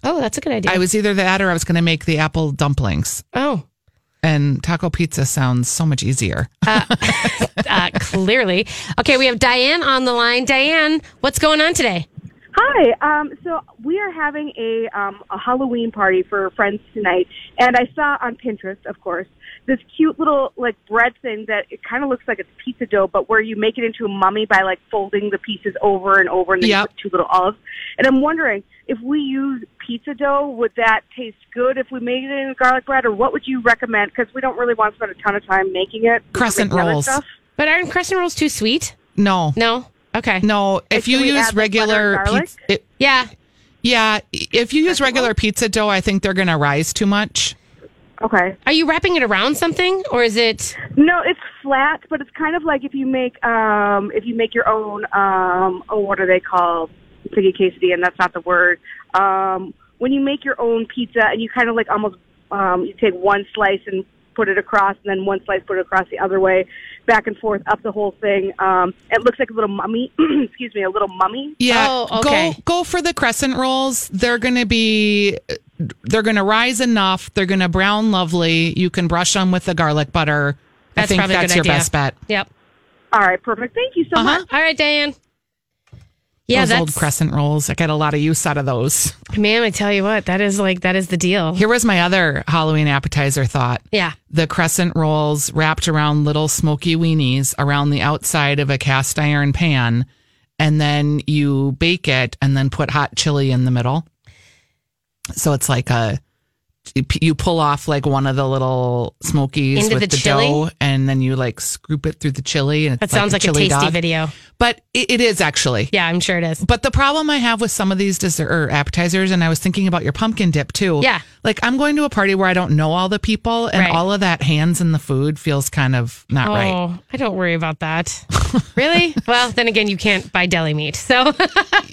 [SPEAKER 3] Oh, that's a good idea.
[SPEAKER 4] I was either that or I was going to make the apple dumplings,
[SPEAKER 3] oh.
[SPEAKER 4] and taco pizza sounds so much easier.
[SPEAKER 3] Uh, clearly. Okay, we have Diane on the line. Diane, what's going on today?
[SPEAKER 5] Hi. Um, so we are having a um, a Halloween party for friends tonight, and I saw on Pinterest, of course, this cute little like bread thing that it kind of looks like it's pizza dough, but where you make it into a mummy by like folding the pieces over and over, and then
[SPEAKER 4] Yep.
[SPEAKER 5] you put two little olives. And I'm wondering if we use pizza dough, would that taste good if we made it in garlic bread, or what would you recommend? Because we don't really want to spend a ton of time making it. We can
[SPEAKER 4] Crescent
[SPEAKER 5] make other
[SPEAKER 4] rolls.
[SPEAKER 5] stuff.
[SPEAKER 3] But aren't crescent rolls too sweet?
[SPEAKER 4] No,
[SPEAKER 3] No? Okay.
[SPEAKER 4] no. If
[SPEAKER 5] can
[SPEAKER 4] you
[SPEAKER 5] we add,
[SPEAKER 4] use
[SPEAKER 5] like, butter
[SPEAKER 4] regular
[SPEAKER 5] and garlic?
[SPEAKER 4] pizza, it,
[SPEAKER 3] Yeah.
[SPEAKER 4] Yeah, if you use regular pizza dough, I think they're going to rise too much.
[SPEAKER 5] Okay.
[SPEAKER 3] Are you wrapping it around something or is it
[SPEAKER 5] No, it's flat, but it's kind of like if you make um if you make your own um oh what are they called? It's like a quesadilla, and that's not the word. Um, when you make your own pizza, and you kind of like almost um, you take one slice and put it across, and then one slice put it across the other way, back and forth up the whole thing. Um, it looks like a little mummy. excuse me, a little mummy.
[SPEAKER 4] Yeah,
[SPEAKER 3] Oh, okay.
[SPEAKER 4] go go for the crescent rolls. They're going to be they're going to rise enough. They're going to brown lovely. You can brush them with the garlic butter. I
[SPEAKER 3] That's
[SPEAKER 4] think
[SPEAKER 3] probably a
[SPEAKER 4] that's
[SPEAKER 3] good idea.
[SPEAKER 4] your best bet.
[SPEAKER 3] Yep.
[SPEAKER 5] All right, perfect. Thank you so much.
[SPEAKER 3] All right, Diane. Yeah,
[SPEAKER 4] those old
[SPEAKER 3] that's-
[SPEAKER 4] crescent rolls. I got a lot of use out of those.
[SPEAKER 3] Ma'am, I tell you what, that is like that is the deal.
[SPEAKER 4] Here was my other Halloween appetizer thought.
[SPEAKER 3] Yeah.
[SPEAKER 4] The crescent rolls wrapped around little smoky weenies around the outside of a cast iron pan, and then you bake it and then put hot chili in the middle. So it's like a you pull off like one of the little smokies
[SPEAKER 3] Into
[SPEAKER 4] with
[SPEAKER 3] the
[SPEAKER 4] the,
[SPEAKER 3] chili?
[SPEAKER 4] dough, and then you like scoop it through the chili, and it's
[SPEAKER 3] That sounds like a,
[SPEAKER 4] chili
[SPEAKER 3] tasty
[SPEAKER 4] dog.
[SPEAKER 3] video.
[SPEAKER 4] But it, it is actually,
[SPEAKER 3] Yeah, I'm sure it is.
[SPEAKER 4] but the problem I have with some of these dessert or appetizers, and I was thinking about your pumpkin dip too.
[SPEAKER 3] Yeah.
[SPEAKER 4] Like I'm going to a party where I don't know all the people, and
[SPEAKER 3] Right.
[SPEAKER 4] all of that hands in the food feels kind of not
[SPEAKER 3] Oh,
[SPEAKER 4] right.
[SPEAKER 3] I don't worry about that. really? Well, then again, you can't buy deli meat. So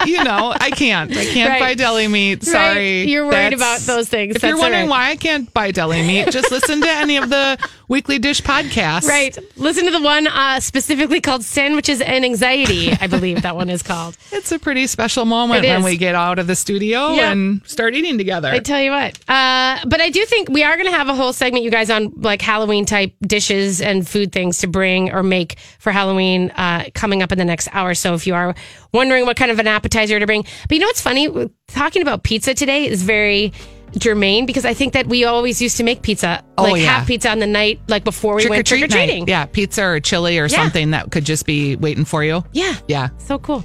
[SPEAKER 4] You know, I can't. I can't
[SPEAKER 3] Right.
[SPEAKER 4] buy deli meat. Sorry.
[SPEAKER 3] Right. You're worried about those things.
[SPEAKER 4] If you're
[SPEAKER 3] That's all
[SPEAKER 4] wondering
[SPEAKER 3] right.
[SPEAKER 4] why I can't buy deli meat, just listen to any of the weekly dish podcasts.
[SPEAKER 3] Right. Listen to the one uh, specifically called Sandwiches and Anxiety, I believe that one is called.
[SPEAKER 4] It's a pretty special moment
[SPEAKER 3] It
[SPEAKER 4] when
[SPEAKER 3] is.
[SPEAKER 4] we get out of the studio
[SPEAKER 3] Yeah.
[SPEAKER 4] and start eating together.
[SPEAKER 3] I tell you what. Uh, but I do think we are going to have a whole segment, you guys, on like Halloween type dishes and food things to bring or make for Halloween uh, coming up in the next hour. So if you are wondering what kind of an appetizer to bring, but you know what's funny? Talking about pizza today is very germane because I think that we always used to make pizza,
[SPEAKER 4] Oh,
[SPEAKER 3] like
[SPEAKER 4] yeah.
[SPEAKER 3] have pizza on the night, like before we
[SPEAKER 4] Trick or
[SPEAKER 3] went trick or
[SPEAKER 4] treat night.
[SPEAKER 3] treating.
[SPEAKER 4] Yeah, pizza or chili or something that could just be waiting for you.
[SPEAKER 3] Yeah.
[SPEAKER 4] Yeah.
[SPEAKER 3] So cool.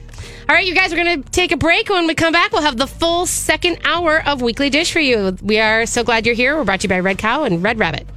[SPEAKER 3] All right, you guys, we're going to take a break. When we come back, we'll have the full second hour of Weekly Dish for you. We are so glad you're here. We're brought to you by Red Cow and Red Rabbit.